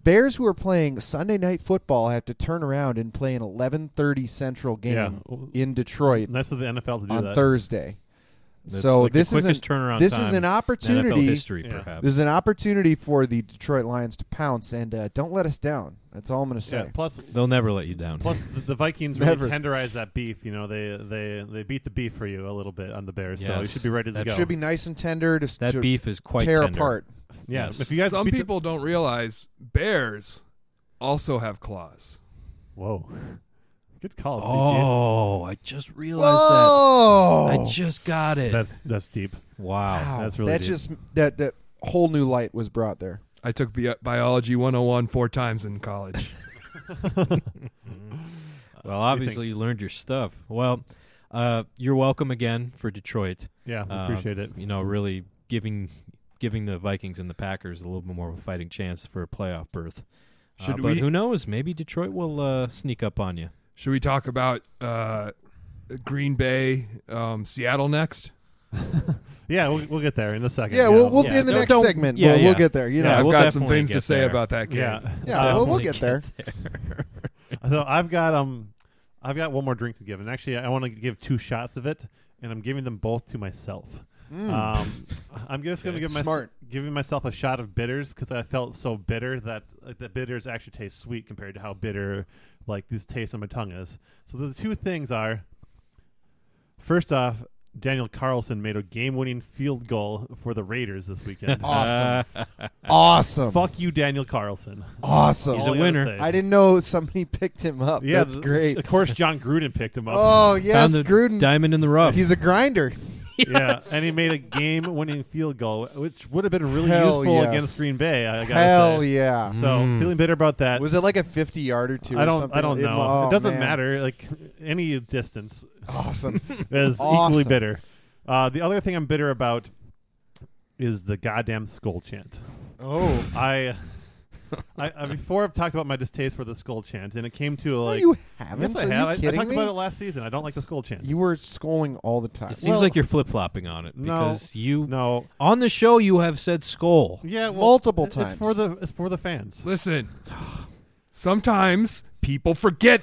Bears who are playing Sunday night football have to turn around and play an 11:30 Central game Yeah. in Detroit Nice of the NFL to do on that. Thursday. That's so like the this is quickest an, turnaround this time is in an NFL opportunity. NFL history, Yeah. perhaps. This is an opportunity for the Detroit Lions to pounce and uh, don't let us down. That's all I'm going to Yeah. say. Plus, They'll never let you down. Plus, the, the Vikings really Never. tenderize that beef. You know, they they they beat the beef for you a little bit on the Bears, so you Yes. should be ready to That go. Should be nice and tender to, that to beef is quite tear tender. apart. yeah. Yes. If you guys Some beat the- people don't realize bears also have claws. whoa, good call. CG. Oh, I just realized Whoa! that. I just got it. that's that's deep. wow. Wow, That's really that deep. just that that whole new light was brought there. I took bi- biology 101 four times in college. Well, What do you obviously you, learned your stuff. Well, uh, you're welcome again for Detroit. Yeah, we Uh, appreciate it. You know, really giving giving the Vikings and the Packers a little bit more of a fighting chance for a playoff berth. Uh, Should but we- who knows? Maybe Detroit will uh, sneak up on you. Should we talk about uh, Green Bay, um, Seattle next? Yeah, we'll, we'll get there in a second. Yeah, we'll, we'll yeah. in the Don't- next don't- segment. yeah, we'll, yeah. we'll get there. You Yeah, know, I've we'll got some definitely things to get say there. about that game. yeah, Yeah, well, we'll Definitely get there. <laughs> there. So I've got um, I've got one more drink to give, and actually I want to give two shots of it, and I'm giving them both to myself. Um, I'm just gonna Okay. give my Mm. Smart. giving myself a shot of bitters because I felt so bitter that like, the bitters actually taste sweet compared to how bitter like this taste on my tongue is. So the two things are, first off, Daniel Carlson made a game-winning field goal for the Raiders this <laughs> weekend. awesome, awesome, Fuck you, Daniel Carlson. awesome. He's All a I gotta winner. say. I didn't know somebody <laughs> picked him up. Yeah, That's th- <laughs> great. Of course, John Gruden picked him up. Oh yes, Found the Gruden. diamond in the rough. He's a grinder. Yeah, and he made a game-winning field goal, which would have been really Hell useful yes. against Green Bay. I gotta Hell say. yeah. So feeling bitter about that. Was it like a fifty yard or two? I or don't. something? I don't It- know. oh, it doesn't man. matter. Like any distance <laughs> Awesome. <laughs> is equally Awesome. bitter. Uh, the other thing I'm bitter about is the goddamn skull chant. oh, I, I, I before I've talked about my distaste for the skull chant, and it came to No, like. you I haven't. guess I Are have. you I, I kidding talked me? about it last season. I don't like the It's- skull chant. You were scolding all the time. it seems Well- like you're flip flopping on it No. because you no. on the show you have said skull. Yeah. Well, Multiple it- It's for times. the. It's for the fans. Listen, <sighs> sometimes people <laughs> forget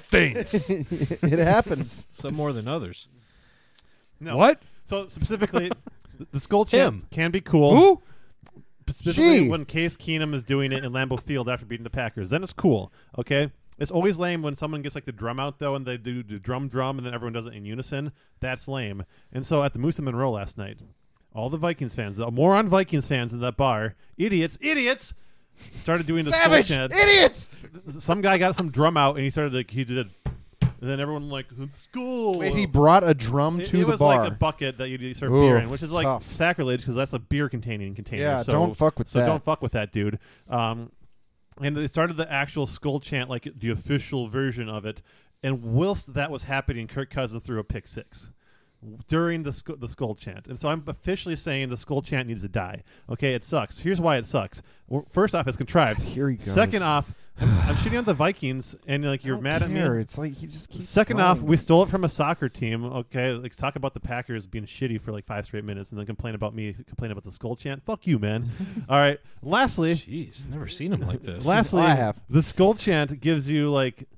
<laughs> things. it happens. <laughs> Some more than others. No. What? So <laughs> specifically, th- the skull chant Him. can be cool. Oh. Who? Specifically She. when Case Keenum is doing it in Lambeau Field after beating the Packers, then it's cool. Okay. It's always lame when someone gets like the drum out though, and they do the drum drum, and then everyone does it in unison. That's lame. And so at the Moose and Monroe last night, all the Vikings fans, the moron Vikings fans in that bar, idiots, idiots, started doing the skull Savage chant idiots. some guy got some drum out and he started like he did it and then everyone like school Wait, he brought a drum it, to it the was bar. like a bucket that you serve Ooh, beer in which is like tough. sacrilege because that's a beer containing container Yeah, so, don't fuck with so that. don't fuck with that dude um and they started the actual skull chant like the official version of it and whilst that was happening kirk cousins threw a pick six during the sc- the skull chant. And so I'm officially saying the skull chant needs to die. Okay, it sucks. Here's why it sucks. Well, First off, it's contrived. Here he goes. Second off, I'm, I'm shooting at the Vikings, and like you're I don't mad at care. me. It's like he just keeps Second going. off, we stole it from a soccer team. Okay, let's talk about the Packers being shitty for like five straight minutes, and then complain about me, complain about the skull chant. Fuck you, <laughs> man. All right. Lastly, Jeez, never seen him like this. Lastly, I have. the skull chant gives you like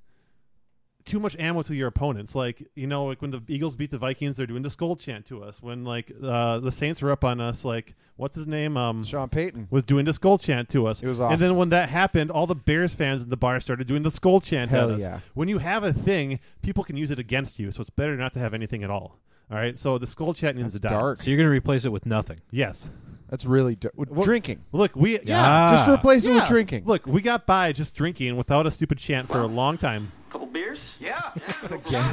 too much ammo to your opponents. Like you know, like when the Eagles beat the Vikings, they're doing the skull chant to us. When like uh, the Saints were up on us, like what's his name? Um, Sean Payton. was doing the skull chant to us. It was And awesome. then when that happened, all the Bears fans in the bar started doing the skull chant Hell at us. yeah. When you have a thing, people can use it against you, so it's better not to have anything at all. All right, so the skull chant needs That's to die. dark. so you're gonna replace it with nothing. Yes. That's really d- drinking. Look, we Ah. Just replace it Yeah. with drinking. Look, we got by just drinking without a stupid chant for a long time. Couple beers? Yeah.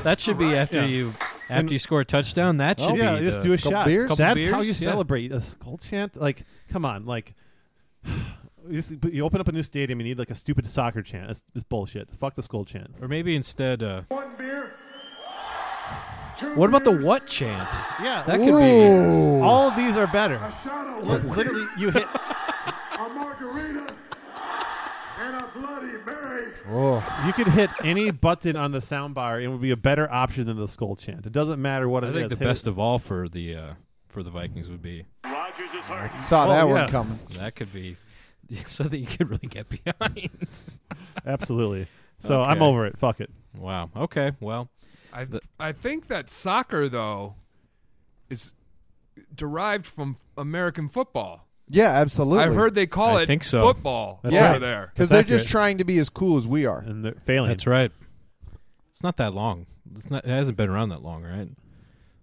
That should be after Yeah. you after And- Oh, you score a touchdown. That should yeah, be just the- do a couple shot. beers? Couple That's beers, how you yeah. celebrate a skull chant. Like, come on, like. <sighs> You, just- but you open up a new stadium, you need like a stupid soccer chant. It's, it's bullshit. Fuck the skull chant. or maybe instead. Uh, One beer. what about the what chant? Yeah, That could be. Ooh. all of these are better. Shot Li- Literally, you hit. a margarita and a Bloody Mary. Oh. You could hit any button on the sound bar, and it would be a better option than the skull chant. It doesn't matter what it I is. think the Hit it. best of all for the uh, for the Vikings would be Rogers is hurt. Saw Oh, that yeah. one coming. that could be <laughs> something you could really get behind. <laughs> Absolutely. So I'm Okay. over it. Fuck it. Wow. Okay. Well, I The- I think that soccer though is derived from American football. Yeah, absolutely. I've heard they call I it think so. football That's over right. there. because That's they're just accurate. trying to be as cool as we are. And they're failing. that's right. It's not that long. It's not, it hasn't been around that long, right?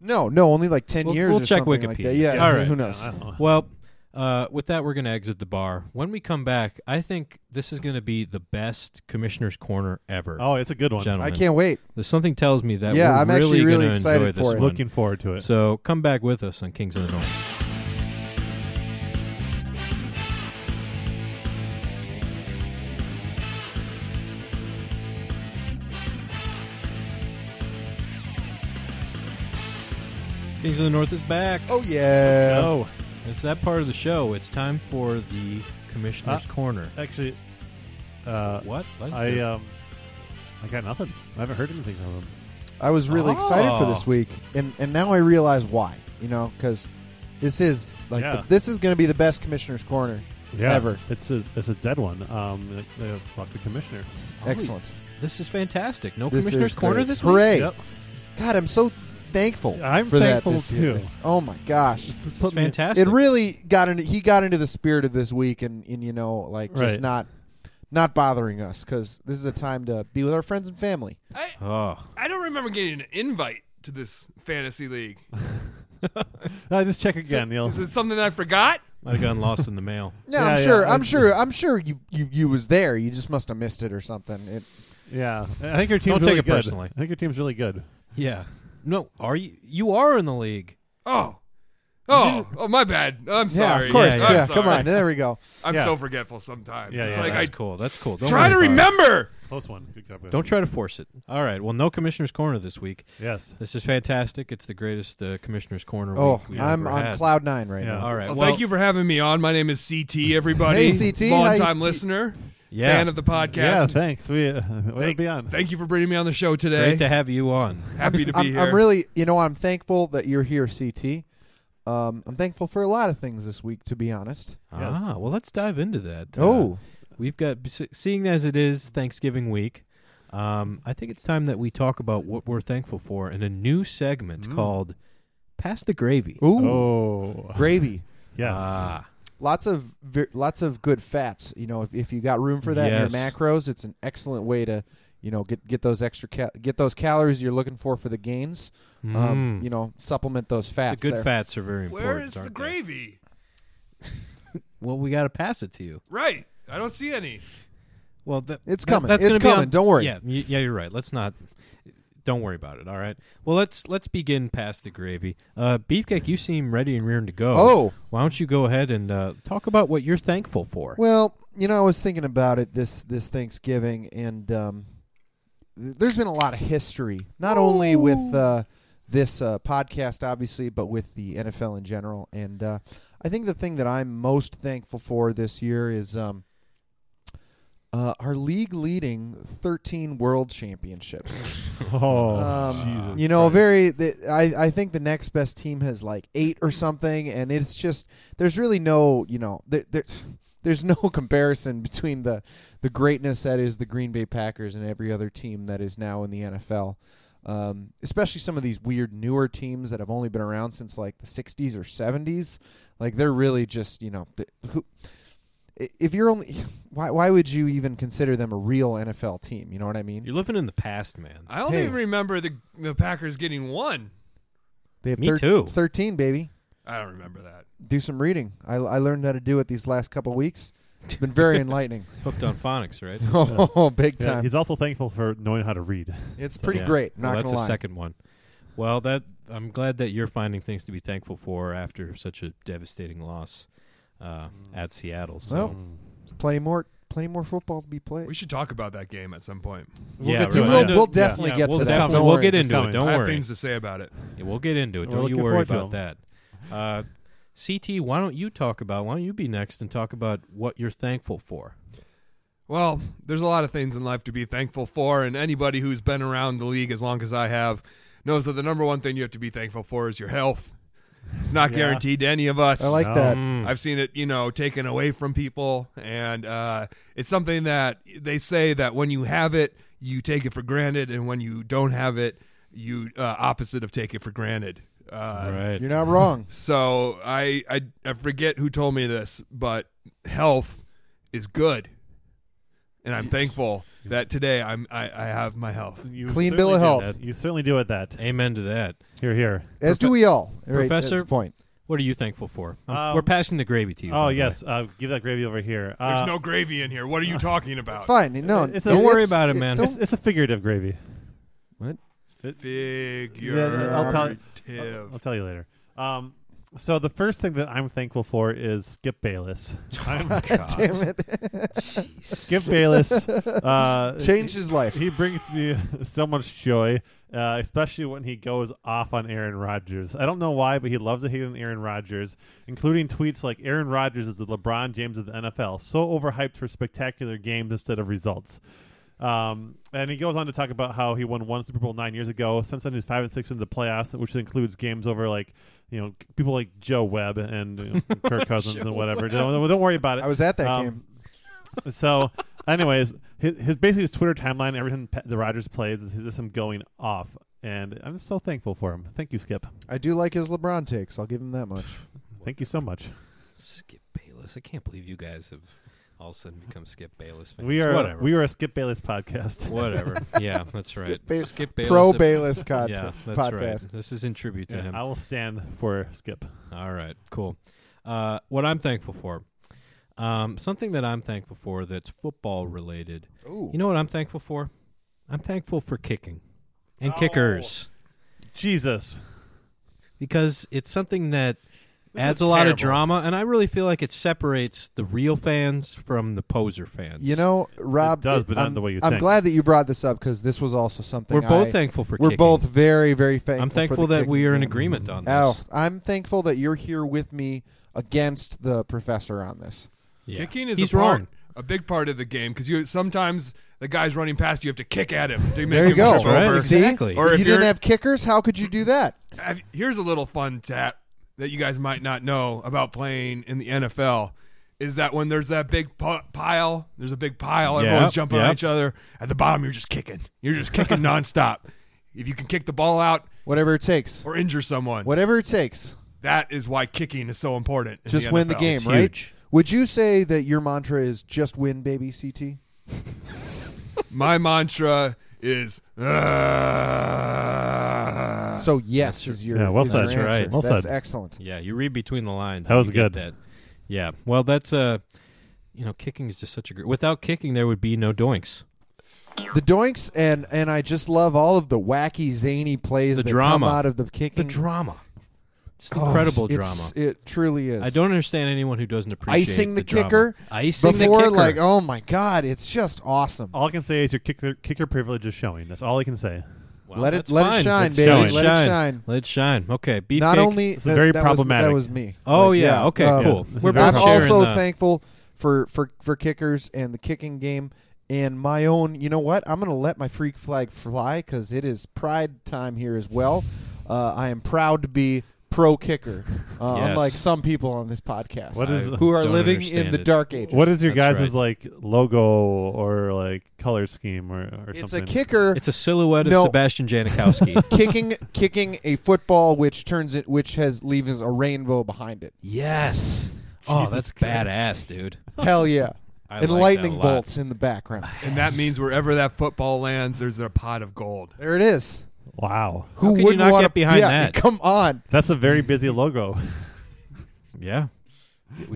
No, no, only like 10 We'll- years we'll or check something like that. Wikipedia. Yeah, All who- right. who knows? I don't know. Well, uh, with that, we're going to exit the bar. When we come back, I think this is going to be the best commissioner's corner ever. Oh, it's a good one. gentlemen. I can't wait. There's something tells me that Yeah, we're I'm actually really, really going to enjoy excited this for it. one. Looking forward to it. So come back with us on Kings of the North. Kings of the North is back. Oh, yeah. oh, It's that part of the show. It's time for the Commissioner's Corner. actually, uh, What? What is I it? um, I got nothing. I haven't heard anything from him. I was really excited for Oh. this week, and, and now I realize why, you know, because this is like Yeah. the- this is going to be the best commissioner's corner ever. It's a it's a dead one. Um, it- uh, fuck the commissioner. Excellent. this is fantastic. No This Commissioner's is Corner great. this week. Hooray. Yep. God, I'm so thankful I'm for thankful, that this too. year. This- oh, my gosh. This is This is putting me- fantastic. It really got into he got into the spirit of this week and, and you know like just Right. not not bothering us because this is a time to be with our friends and family. I Oh, I don't remember getting an invite to this fantasy league. Uh, just check again, Neil. Is it something I forgot? might have gotten lost in the mail. Yeah, Yeah, I'm yeah, sure. I- I'm sure. I'm sure you, you you was there. You just must have missed it or something. It, Yeah, I think your team's Don't take really it good. personally. I think your team's really good. Yeah. No, are you? You are in the league. Oh. Oh, oh, my bad. yeah, I'm sorry. of course. Yeah, yeah. Yeah, I'm I'm come sorry. on. There we go. I'm Yeah. so forgetful sometimes. Yeah, it's yeah, like I That's cool. That's cool. Don't try worry to about it. remember. Close one. Good job. guys. Don't try to force it. All right. Well, no commissioner's corner this week. Yes. This is fantastic. It's the greatest uh, commissioner's corner. Oh, week we've I'm ever on had. cloud nine right Yeah. now. All right. Well, well, thank you for having me on. My name is CT. Hey, Everybody, CT, how long you- time listener, Yeah. fan of the podcast. Yeah. Thanks. We uh, way to be on. Thank you for bringing me on the show today. Great to have you on. Happy to be I'm, here. I'm really, you know, I'm thankful that you're here, CT. Um, I'm thankful for a lot of things this week, to be honest. Yes. Ah, well, let's dive into that. Uh, Oh, we've got se- seeing as it is Thanksgiving week. Um, I think it's time that we talk about what we're thankful for in a new segment Mm. called "Pass the Gravy." ooh, Oh. gravy. Yes. Ah, Lots of ver- lots of good fats. You know, if, if you got room for that Yes. in your macros, it's an excellent way to, you know, get get those extra ca- get those calories you're looking for for the gains. Um, Mm. you know, supplement those the fats. good there. fats are very important. Where is the aren't they? gravy? Well, we got to pass it to you. Right. I don't see any. Well, that, It's that- coming. That's It's gonna be coming. on- Don't worry. Yeah, y- yeah, you're right. Let's not. Don't worry about it. All right. Well, let's let's begin past the gravy. Uh, Beefcake, you seem ready and rearing to go. Oh. why don't you go ahead and uh, talk about what you're thankful for? Well, you know, I was thinking about it this this Thanksgiving, and um, th- there's been a lot of history, not only with uh, this uh, podcast, obviously, but with the NFL in general. And uh, I think the thing that I'm most thankful for this year is um, uh, our league leading 13 world championships. Oh, Um, Jesus. you know, very. The, I I think the next best team has like eight or something, and it's just there's really no you know there, there <laughs> there's no comparison between the the greatness that is the Green Bay Packers and every other team that is now in the NFL. Um, especially some of these weird newer teams that have only been around since like the 60s or 70s. Like they're really just you know th- who. i- If you're only, <laughs> why why would you even consider them a real NFL team? You know what I mean? You're living in the past, man. I don't Hey. even remember the the Packers getting one. They have Me too. Thirteen, baby. I don't remember that. do some reading. I, I learned how to do it these last <laughs> couple weeks. It's been very enlightening. Hooked on phonics, right? <laughs> oh, big Yeah, time. he's also thankful for knowing how to read. it's pretty Yeah. great. Not well, that's gonna lie. a second one. Well, that I'm glad that you're finding things to be thankful for after such a devastating loss uh, at Seattle. So Oh. Well, There's plenty more, plenty more football to be played. We should talk about that game at some point. Yeah, get to right. it. We'll- Yeah. we'll definitely Yeah, get we'll to that. definitely- Don't we'll worry. get It's into it. coming. Don't I have worry. things to say about it. Yeah, we'll get into it. We're Don't you looking worry forward to about that. Uh, CT, why don't you talk about? Why don't you be next and talk about what you're thankful for? Well, there's a lot of things in life to be thankful for, and anybody who's been around the league as long as I have knows that the number one thing you have to be thankful for is your health. It's not Yeah. guaranteed to any of us. I like No. that. I've seen it, you know, taken away from people, and uh, it's something that they say that when you have it, you take it for granted, and when you don't have it, you uh, opposite of take it for granted. Uh, right. You're not <laughs> wrong. So I, I I forget who told me this, but health is good, and I'm thankful that today I'm I, I have my health. You certainly Clean bill of do health. that. You certainly do at that. Amen to that. Here, here. As do we all. Right, at Professor? this point. What are you thankful for? Um, Um, We're passing the gravy to you. by Oh the way. <laughs> yes, uh, give that gravy over here. Uh, There's no gravy in here. What are you talking It's about? fine. No, It's a- Don't worry it's- about it, man. <laughs> It's, it's a figurative gravy. Figurative. I'll tell- I'll, I'll tell you later. Um, so the first thing that I'm thankful for is Skip Bayless. <laughs> I'm- don't- damn it. Skip Bayless uh, Changed his life. He brings me <laughs> so much joy, uh, especially when he goes off on Aaron Rodgers. I don't know why, but he loves to hate on Aaron Rodgers, including tweets like "Aaron Rodgers is the LeBron James of the NFL, so overhyped for spectacular games instead of results." Um, and he goes on to talk about how he won one Super Bowl nine years ago. Since then, he's five and six in the playoffs, which includes games over like you know people like Joe Webb and you know, <laughs> Kirk Cousins and whatever. Don't, don't worry about it. I was at that Um, game. so, anyways, his, his basically his Twitter timeline, everything Pe- the Rodgers plays is just him going off, and I'm so thankful for him. Thank you, Skip. I do like his LeBron takes. I'll give him that much. Thank you so much. Skip Bayless. I can't believe you guys have all of a sudden become Skip Bayless fans. We are whatever. we are a Skip Bayless podcast. <laughs> whatever. yeah, that's right. Skip Bay- Skip Bayless. <laughs> Pro Bayless con- Yeah, that's right. podcast. This is in tribute to Yeah, him. I will stand for Skip. All right, cool. Uh, what I'm thankful for, um, something that I'm thankful for that's football related. Ooh. You know what I'm thankful for? I'm thankful for kicking and kickers Jesus, because it's something that adds is a lot of terrible. drama, and I really feel like it separates the real fans from the poser fans. You know, Rob. does, but not I'm, the way you I'm think. glad that you brought this up because this was also something we're both I- thankful for. We're kicking. both very, very thankful. I'm for thankful the that we kicking are in game. agreement on Oh, this. I'm thankful that you're here with me against the professor on this. Yeah. Kicking is He's a part, wrong. a big part of the game because you sometimes the guy's running past you have to kick at him to make There you him go. trip right. over. See? Exactly. Or if if you didn't you're- have kickers, how could you do that? Have- here's a little fun tap that you guys might not know about playing in the NFL is that when there's that big pu- pile, there's a big pile, Yep, everyone's jumping yep. on each other. At the bottom, you're just kicking. You're <laughs> just kicking nonstop. If you can kick the ball out Whatever it takes. or injure someone, Whatever it takes. that is why kicking is so important. in Just win the NFL. game, It's right? huge. Would you say that your mantra is just win, baby, CT? My mantra is. Uh, "Ah." So yes is your Yeah, well is said. your That's answer. right. Well That's said. excellent. Yeah, you read between the lines. That and was you get good. That. Yeah. Well, that's uh, you know, kicking is just such a great. Without kicking, there would be no doinks. The doinks and and I just love all of the wacky zany plays The that drama. come out of the kicking. The drama, just Gosh, incredible it's- drama. It truly is. I don't understand anyone who doesn't appreciate icing the, drama. kicker Icing before, the kicker. like, oh my god, it's just awesome. all I can say is your kicker kicker privilege is showing. That's all I can say. Well, Let it- that's let it fine. shine, Let baby. it Let it shine. shine. Let it shine. Okay, beefcake. Not only This is very that problematic. Was, that was me. Oh Like, yeah. Okay. um, cool. uh, This is We're very both I'm About sharing also the- thankful for, for for kickers and the kicking game and my own. You know what? I'm going to let my freak flag fly because it is pride time here as well. Uh, I am proud to be pro kicker, uh, <laughs> Yes. unlike some people on this podcast What is- who are don't living in understand the it. dark ages. What is your That's guys' like logo or like color scheme or, or It's something? a kicker It's a silhouette of No. Sebastian <laughs> Janikowski. kicking kicking a football which turns it which has leaves a rainbow behind it. yes. Oh, Jesus that's Christ. badass, dude. <laughs> Hell yeah. I like and that a lightning lot. bolts in the background. And that means wherever that football lands, there's a pot of gold. There it is. Wow. Who could you wouldn't not wanna- get behind yeah, that? Come on. That's a very busy logo. Yeah.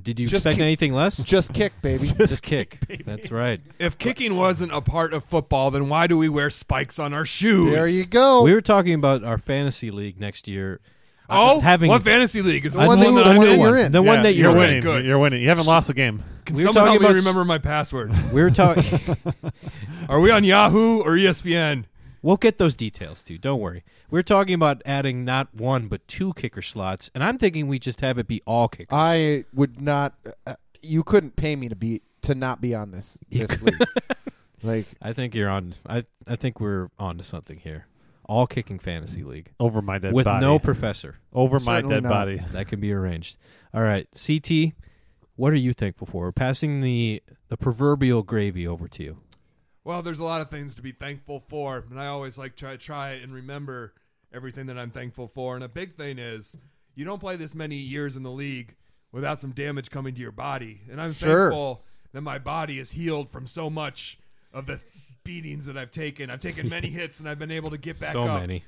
Did you Just expect kick- anything less? Just kick, baby. <laughs> Just kick. That's right. If kicking wasn't a part of football, then why do we wear spikes on our shoes? there you go. We were talking about our fantasy league next year. I Oh, was having what fantasy league is I one was- that you- no, the no, one no, that you're in. The one Yeah, that you're in. winning. Good. You're winning. You haven't lost a game. Can we were someone talking help me about s- remember my password? <laughs> We were talking. Are we on Yahoo or E ESPN? We'll get those details too. Don't worry. We're talking about adding not one but two kicker slots, and I'm thinking we just have it be all kickers. I would not uh, you couldn't pay me to be to not be on this this league. <laughs> Like I think you're on. I I think we're on to something here. All kicking fantasy league Over my dead with body. no professor. Over my Certainly dead not. body. That can be arranged. All right, CT. What are you thankful for? We're passing the the proverbial gravy over to you. Well, there's a lot of things to be thankful for, and I always like try try and remember everything that I'm thankful for. And a big thing is you don't play this many years in the league without some damage coming to your body. And I'm Sure. thankful that my body is healed from so much of the beatings that I've taken. I've taken many hits and I've been able to get back so up. many.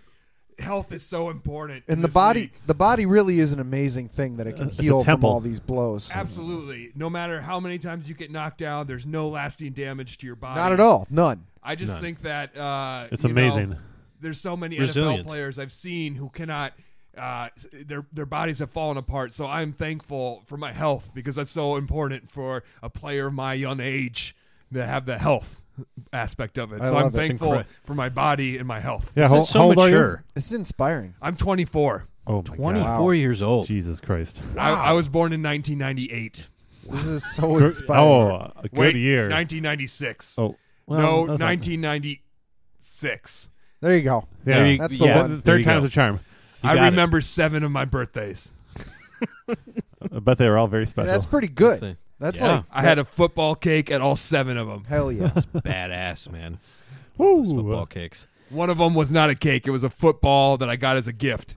Health is so important. in and the this body league. the body really is an amazing thing Uh, that it can It's a heal from temple. all these blows. Absolutely. No matter how many times you get knocked down, there's no lasting damage to your body. Not at all. None. I just think that uh, It's you know, amazing. there's so many NFL Resilience. players I've seen who cannot. Uh, s- their their bodies have fallen apart, so I'm thankful for my health because that's so important for a player of my young age to have the health aspect of it. I so I'm love it. It's thankful incre- for my body and my health. Yeah, This how, is so how old are you? mature. This is inspiring. I'm 24. Oh my Twenty god. four years old. Jesus <laughs> Christ. I, I was born in 1998. This is so Gr- inspiring. Oh, a good Wait, year. 1996. oh, no, well, that's not- 1996. There you go. Yeah. There you- That's the yeah, one. there Third you go. time's a charm. You got I it. remember seven of my birthdays. I bet they were all very And special. that's pretty This good. thing. That's Yeah. like I had a football cake at all seven of them. hell <laughs> yeah. Badass man. Woo. Those uh. football kicks. One of them was not a cake; it was a football that I got as a gift.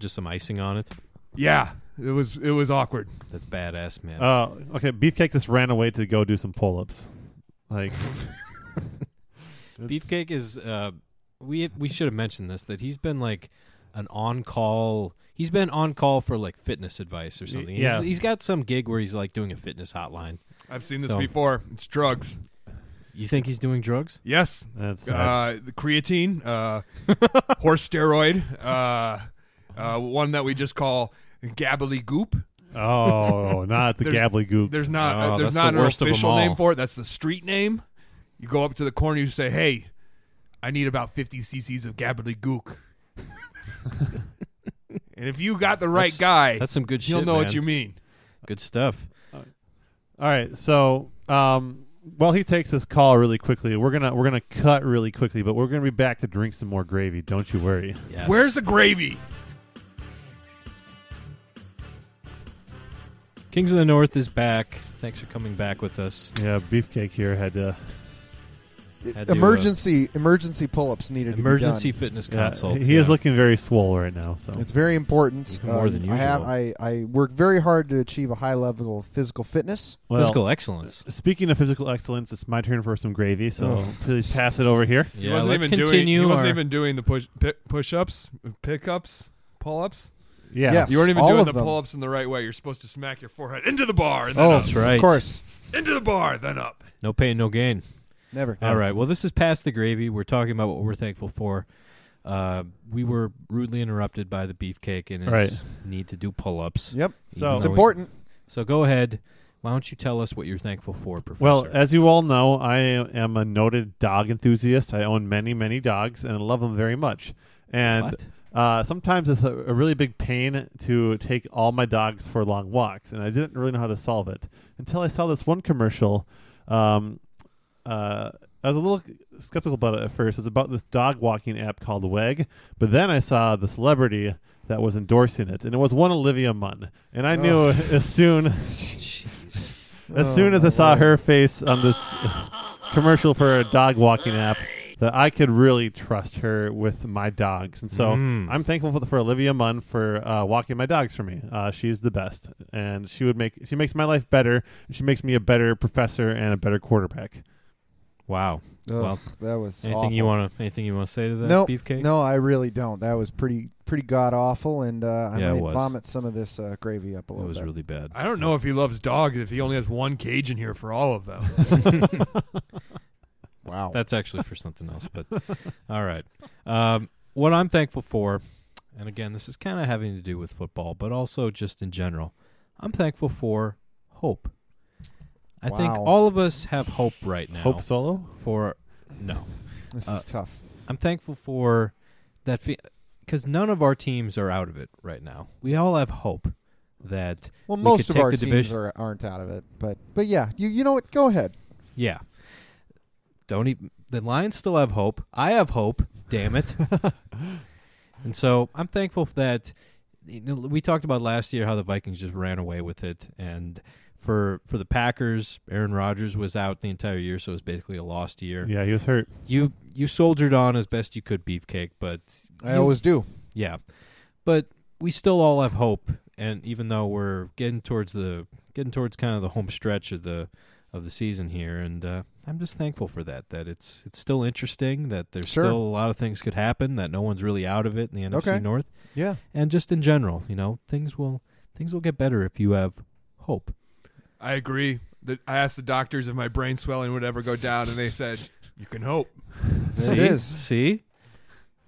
Just some icing on it. Yeah, it was it was awkward. That's badass, man. Uh, okay, Beefcake just ran away to go do some pull-ups. Like Beefcake is uh, we we should have mentioned this that he's been like an on call. He's been on call for like fitness advice or something. yeah. He's, he's got some gig where he's like doing a fitness hotline. I've seen this So- before. It's drugs. You think he's doing drugs? Yes, that's uh, the creatine, <laughs> uh, horse steroid, uh, uh, one that we just call gabbly goop. oh, <laughs> not the There's- gabbly goop. There's not uh, Oh, there's that's not the an worst of 'em official name all. for it. That's the street name. You go up to the corner, you say, "Hey, I need about 50 cc's of Gabbly Gook." <laughs> and if you got the right That's- guy, That's some good shit. he'll know man. what you mean. Good stuff. All right, so um, while he takes this call really quickly, we're gonna we're gonna cut really quickly, but we're gonna be back to drink some more gravy. Don't you worry. Yes. Where's the gravy? Kings of the North is back. Thanks for coming back with us. Yeah, Beefcake here had to. Had to, uh, Emergency emergency pull-ups needed. to be Emergency done. fitness Yeah, consult. he is yeah. looking very swole right now. So It's very important. Um, Even more than I have usual. I I work very hard to achieve a high level of physical fitness. well, physical excellence. Speaking of physical excellence, it's my turn for some gravy. So Oh, please pass it over here. Yeah, he wasn't let's even doing. continue. He wasn't our- even doing the push pi- push-ups, pickups, pull-ups. Yeah. Yes. You weren't even all doing of the them. pull-ups in the right way. You're supposed to smack your forehead into the bar, and then Oh, up, That's right. Of course, into the bar, then up. No pain, no gain. never. All right. Well, this is past the gravy. We're talking about what we're thankful for. Uh, we were rudely interrupted by the beefcake and his Right. need to do pull-ups. Yep. even So- though It's we- important. so go ahead. Why don't you tell us what you're thankful for, Professor? Well, as you all know, I am a noted dog enthusiast. I own many, many dogs, and I love them very much. And What? Uh, sometimes it's a, a really big pain to take all my dogs for long walks, and I didn't really know how to solve it until I saw this one commercial. Um, uh, I was a little skeptical about it at first. It's about this dog walking app called Weg, but then I saw the celebrity that was endorsing it, and it was one Olivia Munn, and I knew Oh. as soon <laughs> Jesus. as Oh, soon as my I saw word. her face on this <laughs> commercial for a dog walking app, that I could really trust her with my dogs. And so Mm. I'm thankful for, for Olivia Munn for uh, walking my dogs for me. Uh, she's the best, and she would make she makes my life better. And she makes me a better professor and a better quarterback. wow. Ugh, Well, that was Anything awful. you want to anything you want to say to that No, beefcake? no, I really don't. That was pretty pretty god awful, and uh, I Yeah, it might was. vomit some of this uh, gravy up a That little was bit. really bad. I don't know if he loves dogs if he only has one cage in here for all of them. wow. That's actually for something else, but <laughs> all right. Um, what I'm thankful for, and again, this is kind of having to do with football, but also just in general, I'm thankful for hope. I think Wow. all of us have hope right now. Hope Solo. for no, this uh, is tough. I'm thankful for that because none of our teams are out of it right now. We all have hope that Well, we could most of take our the teams division- are, aren't out of it, but but yeah, you you know what? Go ahead. yeah. Don't even the Lions still have hope. I have hope. Damn it. and so I'm thankful that you know, we talked about last year how the Vikings just ran away with it, and for for the Packers, Aaron Rodgers was out the entire year, so it was basically a lost year. Yeah, he was hurt. You you soldiered on as best you could, Beefcake, but I you- always do. Yeah. But we still all have hope and even though we're getting towards the getting towards kind of the home stretch of the of the season here and uh, I'm just thankful for that that it's it's still interesting that there's Sure. still a lot of things could happen that no one's really out of it in the NFC Okay. North Yeah. and just in general, you know, things will things will get better if you have hope. I agree. That I asked the doctors if my brain swelling would ever go down, and they said, "You can hope." There See? it is. See?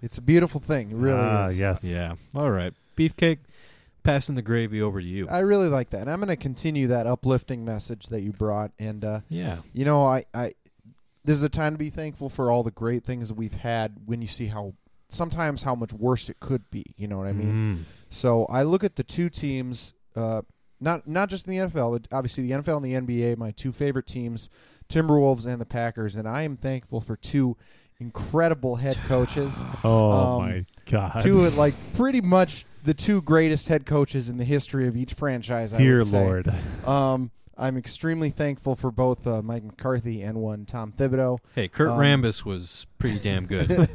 It's a beautiful thing. It really Ah, is. yes. Yeah. All right. Beefcake passing the gravy over to you. I really like that. And I'm going to continue that uplifting message that you brought. And, uh, yeah. you know, I, I, this is a time to be thankful for all the great things that we've had when you see how, sometimes how much worse it could be. You know what I mean? Mm-hmm. Mm. So I look at the two teams, uh, not not just in the NFL, but obviously the NFL and the NBA, my two favorite teams, Timberwolves and the Packers, and I am thankful for two incredible head coaches, Oh Um, my god. two of, like pretty much the two greatest head coaches in the history of each franchise. <laughs> I Dear would say. Lord. um, I'm extremely thankful for both uh, Mike McCarthy and one Tom Thibodeau. Hey, Kurt Um, Rambis was pretty damn good.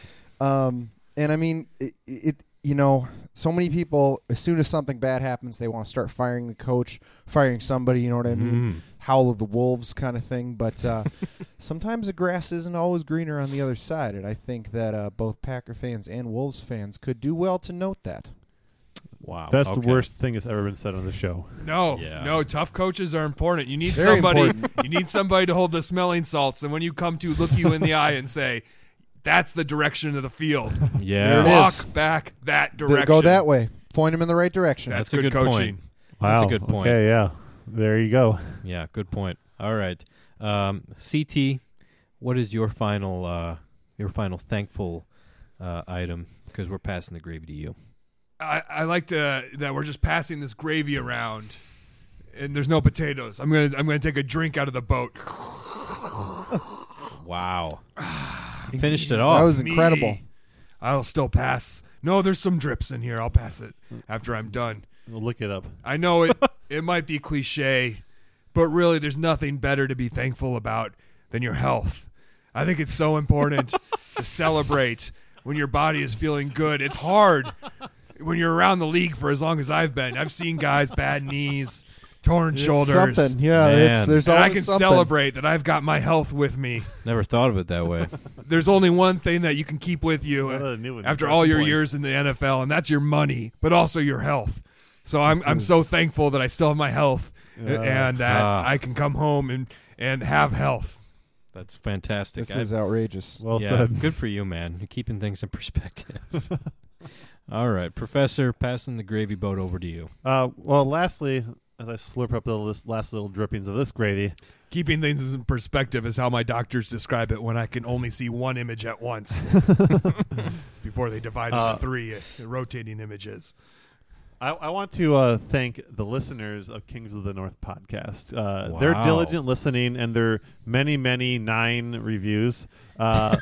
<laughs> um, and I mean, it, it. You know, so many people, as soon as something bad happens, they want to start firing the coach, firing somebody. You know what I mean? Mm-hmm. Howl of the wolves kind of thing. But uh, <laughs> sometimes the grass isn't always greener on the other side, and I think that uh, both Packer fans and Wolves fans could do well to note that. Wow. That's the okay. worst thing that's ever been said on the show. No, Yeah. no, tough coaches are important. You need Very somebody. important. You need somebody to hold the smelling salts, and when you come to look you in the eye and say, "That's the direction of the field," Yeah. There it walk is. back that Th- direction. Go that way. Point them in the right direction. That's, That's a good, good coaching. point. Wow. That's a good point. Okay, yeah. There you go. Yeah, good point. All right. Um, CT, what is your final uh, your final thankful uh, item? Because we're passing the gravy to you. I, I like to that we're just passing this gravy around, and there's no potatoes. I'm gonna I'm gonna take a drink out of the boat. <sighs> Wow. Finished it that off. was incredible. Me. I'll still pass. No, there's some drips in here. I'll pass it after I'm done. We'll look it up. I <laughs> know it it might be cliche, but really there's nothing better to be thankful about than your health. I think it's so important <laughs> to celebrate when your body is feeling good. It's hard when you're around the league for as long as I've been. I've seen guys bad knees, torn It's shoulders. Something. Yeah. It's, Man. there's And always I can something. celebrate that I've got my health with me. Never thought of it that way. There's only one thing that you can keep with you Well, I knew it was after the all first your point. years in the NFL, and that's your money, but also your health. So I'm I'm so thankful that I still have my health uh, and that Ah. I can come home and and have health. That's fantastic. This is outrageous. Well yeah, said. good for you, man. You're keeping things in perspective. <laughs> All right, Professor, passing the gravy boat over to you. Uh, well, lastly, as I slurp up the list, last little drippings of this gravy. Keeping things in perspective is how my doctors describe it when I can only see one image at once before they divide Uh, into three uh, rotating images. I, I want to uh, thank the listeners of Kings of the North podcast. Uh, Their Wow. diligent listening and their many, many nine reviews <laughs> uh,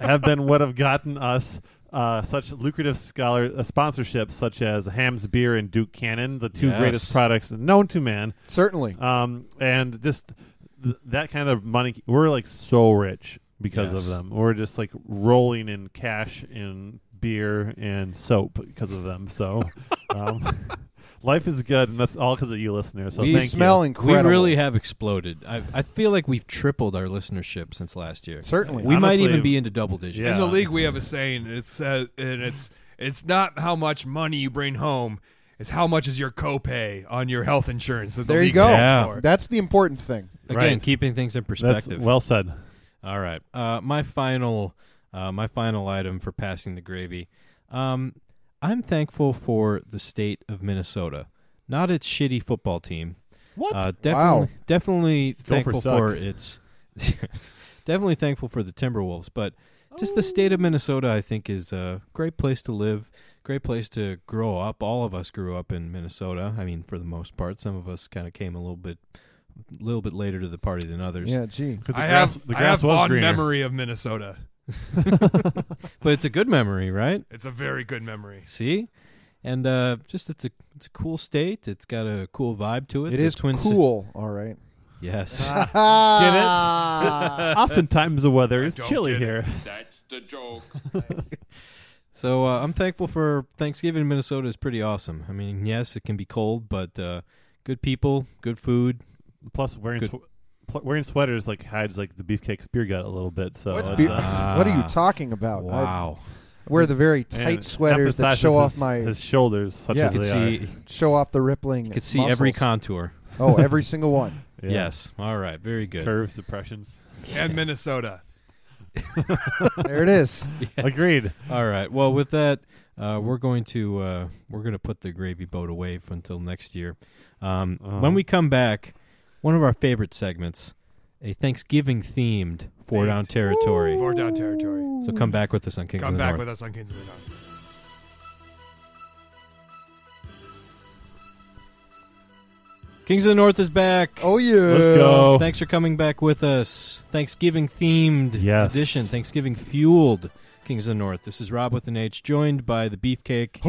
have been what have gotten us uh, such lucrative scholar uh, sponsorships such as Ham's Beer and Duke Cannon, the two Yes. greatest products known to man. Certainly. Um, and just th- that kind of money, we're like so rich because Yes. of them. We're just like rolling in cash and beer and soap because of them. <laughs> So, um, <laughs> life is good, and that's all because of you, listeners. So We thank smell you. incredible. We really have exploded. I, I feel like we've tripled our listenership since last year. Certainly. we Honestly, might even be into double digits. yeah. In the league, we have a saying, and it says, and it's it's not how much money you bring home, it's how much is your copay on your health insurance. That the there you league go. pays Yeah. for. That's the important thing. Again, Right. keeping things in That's perspective. well said. All right. Uh, my final, uh, my final item for passing the gravy. Um, I'm thankful for the state of Minnesota, not its shitty football team. What? Uh, definitely, Wow. definitely thankful suck. for its. <laughs> definitely thankful for the Timberwolves, but just the state of Minnesota, I think, is a great place to live, great place to grow up. All of us grew up in Minnesota. I mean, for the most part, some of us kind of came a little bit, little bit later to the party than others. Yeah, gee. Because the I grass, have the I grass have was fond greener. <laughs> memory of Minnesota. But it's a good memory, right? It's a very good memory. See, and uh, just it's a it's a cool state. It's got a cool vibe to it. It The is Twin Ci- cool. All right. <laughs> yes, Ah. Get Oftentimes the weather I is don't chilly get it. here. That's the joke. <laughs> So uh, I'm thankful for Thanksgiving. in Minnesota is pretty awesome. I mean, yes, it can be cold, but uh, good people, good food. Plus, wearing Good. sw- pl- wearing sweaters like hides like the beefcake spear gut a little bit. So <laughs> What, it's, be- uh, what are you talking about? Wow, I wear the very tight and sweaters that show emphasizes off his- my his shoulders. Such Yeah. as you could they see you are. show off the rippling. could see every muscles. contour. Oh, every single one. Yeah. Yes. All right. Very good. <laughs> curves, <laughs> depressions. And Minnesota. There it is. Agreed. All right. Well, with that, uh, we're going to uh, we're going to put the gravy boat away f- until next year. Um, Uh-huh. When we come back, one of our favorite segments, a Thanksgiving themed four down Themed. territory. Four down territory. So come back with us on Kings Come of the back North. with us on Kings of the North. Kings of the North is back. Oh yeah. Let's go. Thanks for coming back with us. Thanksgiving themed Yes. edition, Thanksgiving fueled Kings of the North. This is Rob with an H, joined by the Beefcake,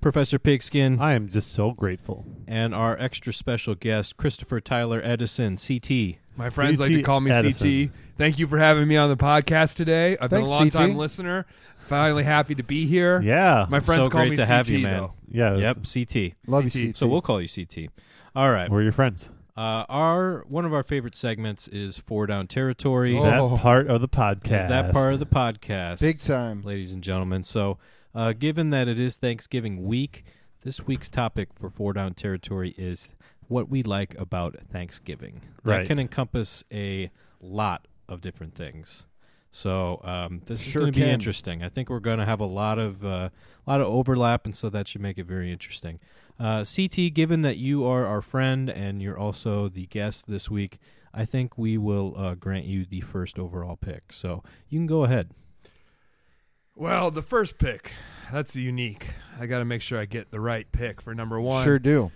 Professor Pigskin, I am just so grateful. and our extra special guest, Christopher Tyler Edison, CT. My friends like to CT call me Edison. CT. Thank you for having me on the podcast today. I've Thanks, been a long time CT. listener. Finally happy to be here. Yeah. My friends so call great me to CT have you, man. though. yeah. Yep, CT. Love CT. you, CT. So we'll call you CT. All right. We're your friends. Uh, our one of our favorite segments is Four Down Territory. Oh, That That part of the podcast. is that part of the podcast. big time. ladies and gentlemen. So, uh, given that it is Thanksgiving week, this week's topic for Four Down Territory is what we like about Thanksgiving. Right. That can encompass a lot of different things. So um, this Sure is going to be can. interesting. I think we're going to have a lot of uh, a lot of overlap, and so that should make it very interesting. Uh, CT, given that you are our friend and you're also the guest this week, I think we will uh, grant you the first overall pick. So you can go ahead. Well, the first pick. That's unique. I got to make sure I get the right pick for number one. Sure do.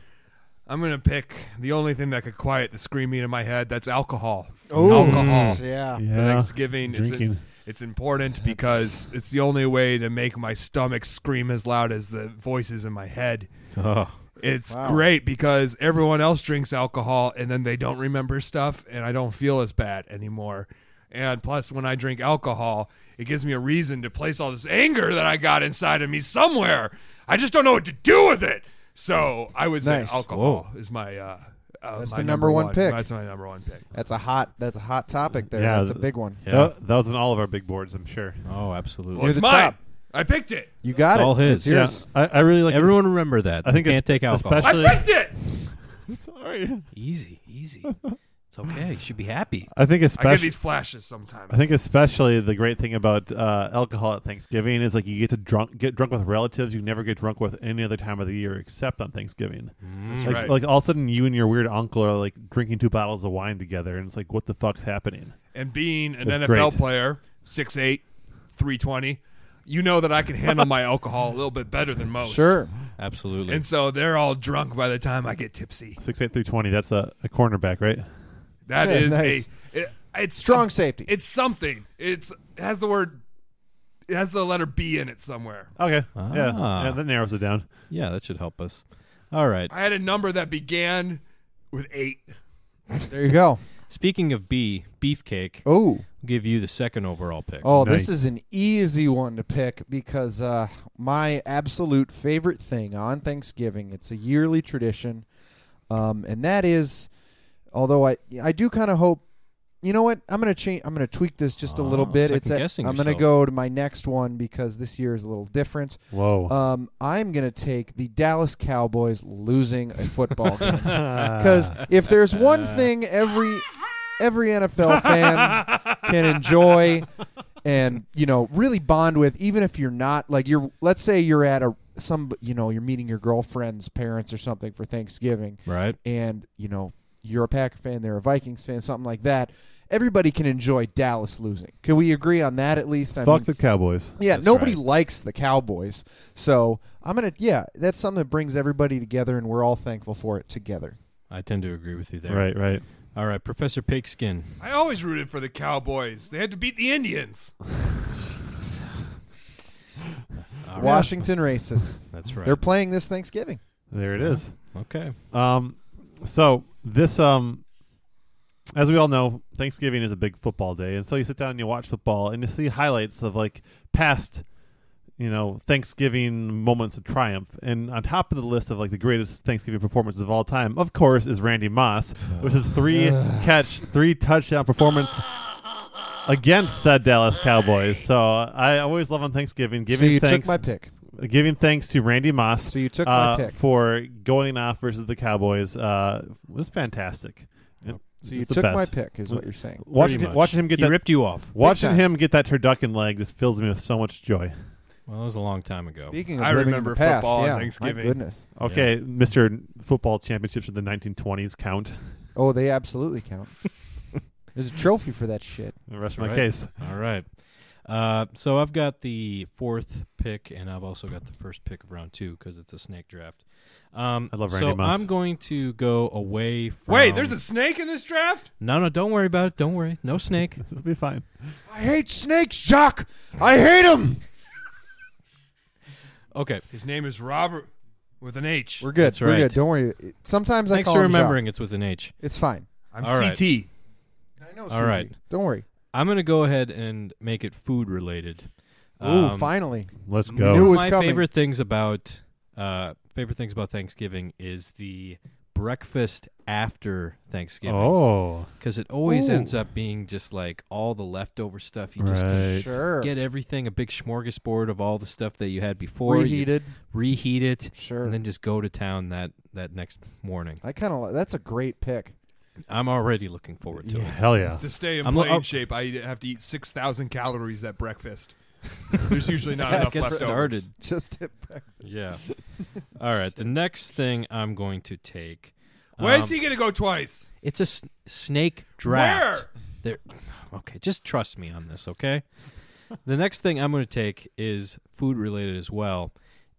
I'm going to pick the only thing that could quiet the screaming in my head. That's alcohol. Oh, Alcohol. Yeah. For Yeah. Thanksgiving is Drinking. It's important because it's the only way to make my stomach scream as loud as the voices in my head. Oh. It's Wow. great because everyone else drinks alcohol and then they don't remember stuff and I don't feel as bad anymore. And plus when I drink alcohol, it gives me a reason to place all this anger that I got inside of me somewhere. I just don't know what to do with it. So I would Nice. say alcohol is my uh, uh That's my the number one pick. That's my number one pick. That's a hot. That's a hot topic there. Yeah. that's a big one. Yeah. That, that was on all of our big boards, I'm sure. Oh, absolutely. Well, You're it's the mine. top. I picked it. You got It's it. all his. It's yours. I, I really like Everyone remember that. I think They it's can't take alcohol. especially- I picked it. This. Sorry. Easy, easy. It's okay. You should be happy. I think I get especially these flashes sometimes. I think especially the great thing about uh, alcohol at Thanksgiving is like you get to drunk get drunk with relatives you never get drunk with any other time of the year except on Thanksgiving. Mm, That's like, right. like all of a sudden you and your weird uncle are like drinking two bottles of wine together and it's like what the fuck's happening? and being an That's NFL great. player, 6'8", 320, you know that I can <laughs> handle my alcohol a little bit better than most. Sure. Absolutely. And so they're all drunk by the time I get tipsy. Six eight three twenty. That's a, a cornerback, right? That Yeah, is nice. a it- it's Strong safety. It's something. It's it has the word. It has the letter B in it somewhere. Okay. Yeah. Ah. yeah. That narrows it down. yeah, that should help us. All right. I had a number that began with eight. there you go. Speaking of B, beefcake, I'll Oh. give you the second overall pick. Oh, Nice. this is an easy one to pick because uh, my absolute favorite thing on Thanksgiving, it's a yearly tradition, um, and that is, although I I do kind of hope, you know what, I'm gonna change, I'm gonna tweak this just a little Ah, bit. It's a, second-guessing I'm gonna yourself. go to my next one because this year is a little different. Whoa. Um, I'm gonna take the Dallas Cowboys losing a football <laughs> game <laughs> because Uh. if <laughs> there's one thing every every NFL fan can enjoy and you know really bond with, even if you're not like you're, let's say you're at a some you know you're meeting your girlfriend's parents or something for Thanksgiving, Right? and you know you're a Packer fan, they're a Vikings fan, something like that. Everybody can enjoy Dallas losing. Can we agree on that at least? I Fuck mean- the Cowboys. yeah, That's nobody right. likes the Cowboys. So I'm gonna yeah, that's something that brings everybody together and we're all thankful for it together. I tend to agree with you there. Right. Right. All right, Professor Pigskin. I always rooted for the Cowboys. They had to beat the Indians. All right. Washington racists. That's right. They're playing this Thanksgiving. There it is. okay. Um, so this um, as we all know, Thanksgiving is a big football day, and so you sit down and you watch football and you see highlights of like past, you know, Thanksgiving moments of triumph. And on top of the list of like the greatest Thanksgiving performances of all time, of course, is Randy Moss, which is <sighs> three catch, three touchdown performance. Against said Dallas Cowboys, so I always love on Thanksgiving so giving you thanks took my pick. giving thanks to Randy Moss. So you took my uh, pick. for going off versus the Cowboys. Uh, was fantastic. It- So you it's the took best. my pick is what you're saying. Watching Pretty him, much. watching him get he that ripped you off. watching time. him get that turducken leg just fills me with so much joy. Well, that was a long time ago. Speaking of I living remember in the past, football on yeah, my Thanksgiving. goodness. Okay, Mister Football Championships of the 1920s count. Oh, they absolutely count. There's a trophy for that shit. The That's rest of my right. case. All right. Uh, so I've got the fourth pick, and I've also got the first pick of round two because it's a snake draft. Um, I love so Randy Moss. I'm going to go away from. Wait, there's a snake in this draft? no, no. Don't worry about it. Don't worry. No snake. <laughs> <laughs> It'll be fine. I hate snakes, Jock. I hate them. Okay. His name is Robert with an H. We're good. That's We're right. good. Don't worry. It- Sometimes I Thanks call for him Jacques. remembering. It's with an H. It's fine. I'm All right. CT. I know. CT. right. Don't worry. I'm going to go ahead and make it food related. Ooh, Um, finally. Let's One Knew of it go. was my coming. favorite things about uh, favorite things about Thanksgiving is the breakfast after Thanksgiving Oh, because it always Ooh. ends up being just like all the leftover stuff. You just can right. Sure. get everything a big smorgasbord of all the stuff that you had before. you Reheated. reheat it, Sure. and then just go to town that that next morning. I kind of like that's a great pick. <laughs> I'm already looking forward to it. Hell yeah. To stay in I'm lo- playing oh. shape, I have to eat 6,000 calories <laughs> at breakfast. There's usually <laughs> not enough Get left started. Just hit back. Yeah. All right. The next thing I'm going to take. Where's um, he going to go twice? It's a s- snake draft. There. Okay, just trust me on this, okay? the next thing I'm going to take is food related as well.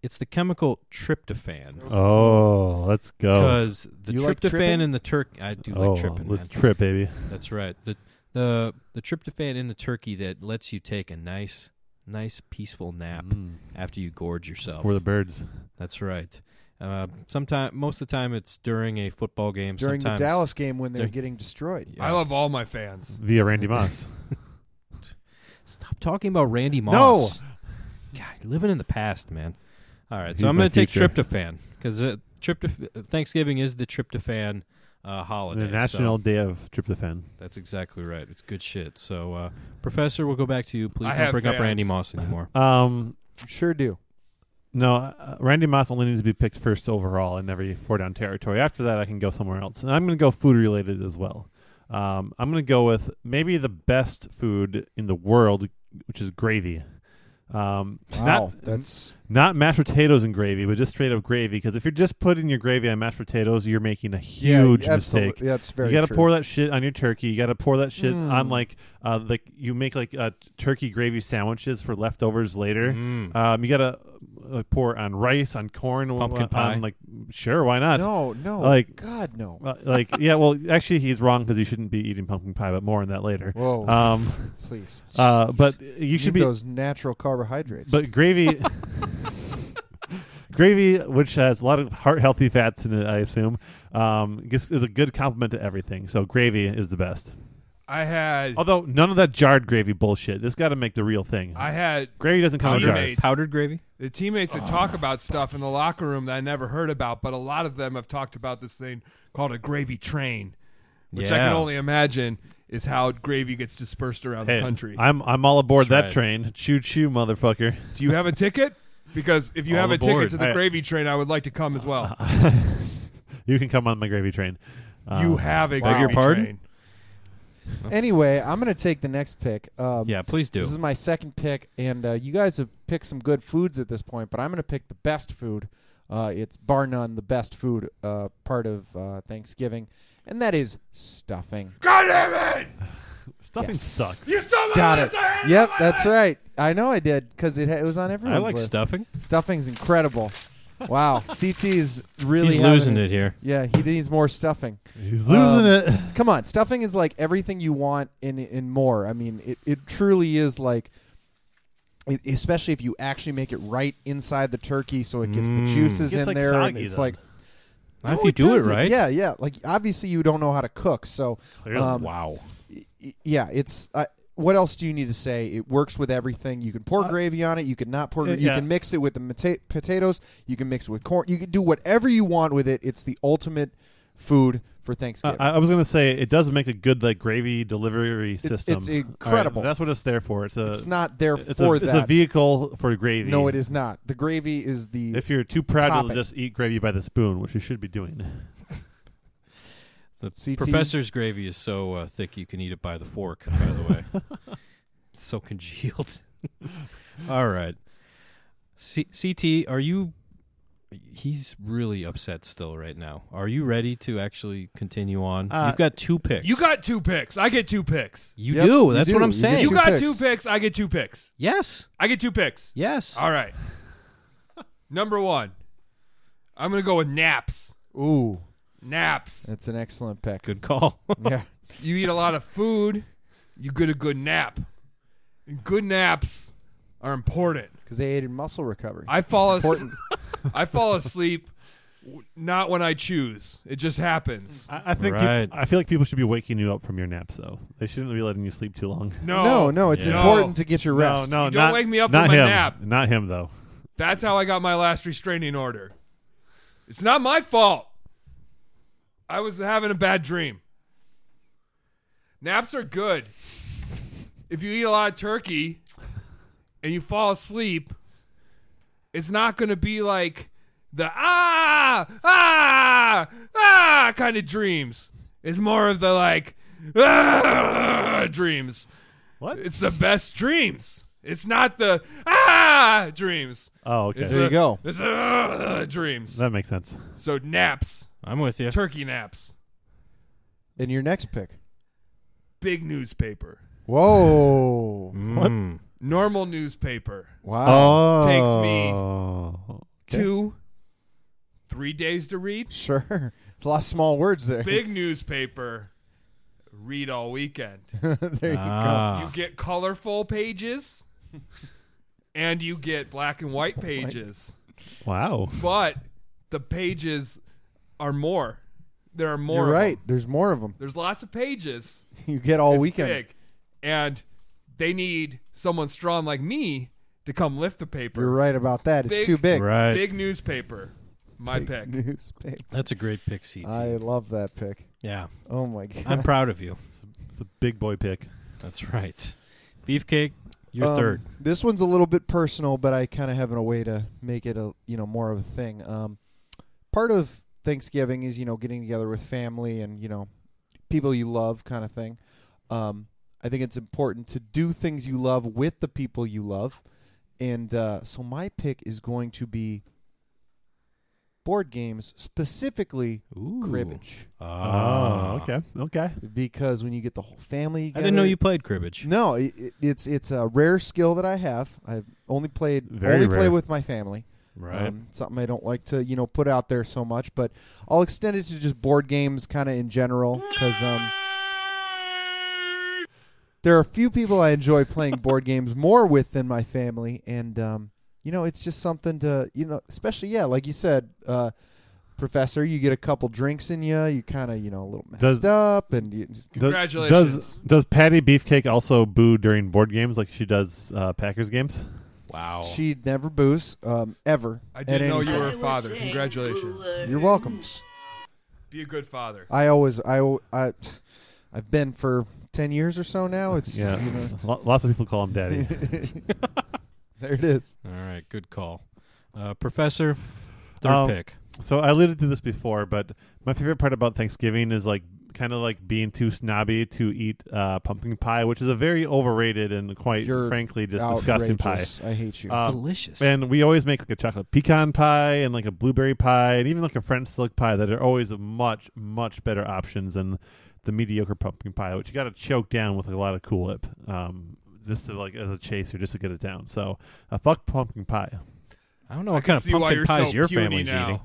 It's the chemical tryptophan Oh, let's go. because the You like tryptophan tripping? in the turkey. I do oh, like tripping. let's man. trip, baby. That's right. The the the tryptophan in the turkey that lets you take a nice nice peaceful nap Mm. Mm-hmm. after you gorge yourself. For the birds. That's right. Uh, sometime most of the time it's during a football game. During sometimes, the Dallas game when they were During- getting destroyed. Yeah. I love all my fans. Via Randy Moss. Stop talking about Randy Moss. No. God, living in the past, man. All right, He's so I'm my going to take future. tryptophan because uh, tryptoph- Thanksgiving is the tryptophan uh, holiday. the so National Day of Tryptophan. that's exactly right. It's good shit. So, uh, Professor, we'll go back to you. Please I don't have bring up fans. Randy Moss anymore. Um, You <laughs> Sure do. No, uh, Randy Moss only needs to be picked first overall in every four down territory. After that, I can go somewhere else. And I'm going to go food related as well. Um, I'm gonna go with maybe the best food in the world, which is gravy. Um, Wow, not, that's not mashed potatoes and gravy, but just straight up gravy. Because if you're just putting your gravy on mashed potatoes, you're making a huge yeah, absolute- mistake. Yeah, that's very you got to true. pour that shit on your turkey. You got to pour that shit Mm. on like uh, like you make like uh, t- turkey gravy sandwiches for leftovers later. Mm-hmm. Mm. Um, you got to uh, pour on rice, on corn, w- Pumpkin on, pie. like sure, why not? no, no, like- God, no. Uh, like yeah, well, actually, he's wrong because you shouldn't be eating pumpkin pie, but more on that later. Whoa, Um, <laughs> please. uh, but you you should be need those natural carbohydrates. but <laughs> gravy, <laughs> gravy, which has a lot of heart healthy fats in it, I assume, um, gets, is a good complement to everything. So gravy is the best. I had Oh. Although none of that jarred gravy bullshit. This got to make the real thing. I had gravy doesn't come in jars. Teammates. Powdered gravy? The teammates would talk about stuff in the locker room that I never heard about, but a lot of them have talked about this thing called a gravy train, which I can Yeah. only imagine is how gravy gets dispersed around Hey, the country. I'm I'm all aboard That's that right. train. Choo choo, motherfucker. <laughs> Do you have a ticket? Because if you All have a aboard. ticket to the I- gravy train, I would like to come as well. you can come on my gravy train. Um, you have a Uh, Beg gravy your pardon? train. anyway, I'm going to take the next pick. Um, Yeah, please do. This is my second pick, and uh, you guys have picked some good foods at this point, but I'm going to pick the best food. Uh, it's bar none the best food uh, part of uh, Thanksgiving, and that is stuffing. God damn it! stuffing Yes. sucks. You saw my Got it. list! I had it Yep, on my that's list! right. I know I did because it, ha- it was on I everyone's like list. stuffing. Stuffing's incredible. <laughs> Wow, CT's really He's having losing it here. Yeah, he needs more stuffing. <laughs> He's Um, losing it. Come on, stuffing is like everything you want and and more. I mean, it, it truly is like, e- especially if you actually make it right inside the turkey, so it gets the Mm. juices Gets, in like, there. and soggy, it's though. like Not if no, you do it doesn't. right. Yeah, yeah. Like obviously you don't know how to cook, so Clearly. um, Wow. y- y- yeah, it's. Uh, what else do you need to say? It works with everything. You can pour Uh, gravy on it. You can not pour. uh, you yeah. can mix it with the mata- potatoes. You can mix it with corn. You can do whatever you want with it. It's the ultimate food for Uh, Thanksgiving. I, I was gonna say it does make a good like gravy delivery system. it's All right, incredible. that's what it's there for. It's a it's not there uh, it's for a, that. It's a vehicle for gravy. No, it is not. The gravy is the. If you're too proud Topping. to just eat gravy by the spoon, which you should be doing. The CT. professor's gravy is so uh, thick you can eat it by the fork. By the way, it's so congealed. <laughs> All right, C- CT, are you? He's really upset still right now. Are you ready to actually continue on? Uh, You've got two picks. You got two picks. I get two picks. You Yep, do. you That's do. what You I'm get saying. You Two got picks. two picks. I get two picks. yes. I get two picks. Yes. All right. Number one, I'm going to go with naps. Ooh, Naps. that's an <laughs> excellent pick. Good call. <laughs> Yeah. You eat a lot of food, you get a good nap. And good naps are important. Because they aid in muscle recovery. I fall asleep. I fall asleep w- not when I choose. It just happens. I, I think you- Right. I feel like people should be waking you up from your naps though. They shouldn't be letting you sleep too <laughs> long. <laughs> No. no, no, it's Yeah. important to get your rest. No, no, You don't not- wake me up not from my him. nap. Not him though. That's how I got my last restraining order. It's not my fault. I was having a bad dream. Naps are good. If you eat a lot of turkey and you fall asleep, it's not going to be like the ah, ah, ah kind of dreams. It's more of the like ah dreams. What? It's the best dreams. It's not the ah dreams. Oh, okay. It's There you a- go. It's uh, dreams. that makes sense. So naps, I'm with you. turkey naps, And your next pick. big newspaper, Whoa. <laughs> Mm. normal newspaper, Oh. Wow. Oh. Oh. Takes me. two, three days to read, Sure. <laughs> It's a lot of small words there. big newspaper, read all <laughs> weekend. <laughs> there you Ah. You get colorful pages, and you get black and white pages, Wow. but the pages are more. There are go. more. You're of 'em. right. There's more of them. There's lots of pages. <laughs> You get all It's weekend. big. and they need someone strong like me to come lift the paper. You're right about that. It's Big- too big. Right. Big newspaper, my pick. <laughs> Newspaper. That's a great pick, CT. I love that pick. yeah. Oh my god. I'm proud of you. It's a big boy pick. That's right. Beefcake, your Um, third. This one's a little bit personal, but I kind of have a way to make it a you know more of a thing. Um, part of Thanksgiving is you know getting together with family and you know people you love kind of thing. Um, I think it's important to do things you love with the people you love. And uh, so my pick is going to be board games, specifically Ooh. cribbage, Ah. Oh, okay. Okay. because when you get the whole family I together, didn't know you played cribbage. no, i i- it's it's a rare skill that I have. I've only played Very only play rare. with my family. Right. Um, something I don't like to you know put out there so much, but I'll extend it to just board games kind of in general because um, there are a few people I enjoy <laughs> playing board games more with than my family, and um, you know it's just something to you know especially yeah like you said. Uh, Professor, you get a couple drinks in you. You kind of, you know, a little messed Does- up, and you, Does- Congratulations. Does does Patty Beefcake also boo during board games like she does uh, Packers games? Wow. she never boos um, ever. I at didn't any know you time. were a father. Congratulations. You're welcome. Be a good father. I always I al- I I've been for ten years or so now. <laughs> It's Yeah. you know, Lo- Lots of people call him Daddy. there it is. All right, good call. Uh, professor, third Um, pick. So I alluded to this before, but my favorite part about Thanksgiving is like kind of like being too snobby to eat uh, pumpkin pie, which is a very overrated and quite You're frankly <laughs> just disgusting pie. Outrageous. I hate you. Uh, um, Delicious. And we always make like a chocolate pecan pie and like a blueberry pie and even like a French silk pie that are always much much better options than the mediocre pumpkin pie, which you got to choke down with like, a lot of Cool Whip, um, just to like as a chaser, just to get it down. So a fuck pumpkin pie. I don't know I what can kind of see why pumpkin you're pies so <laughs> your puny family's now. eating.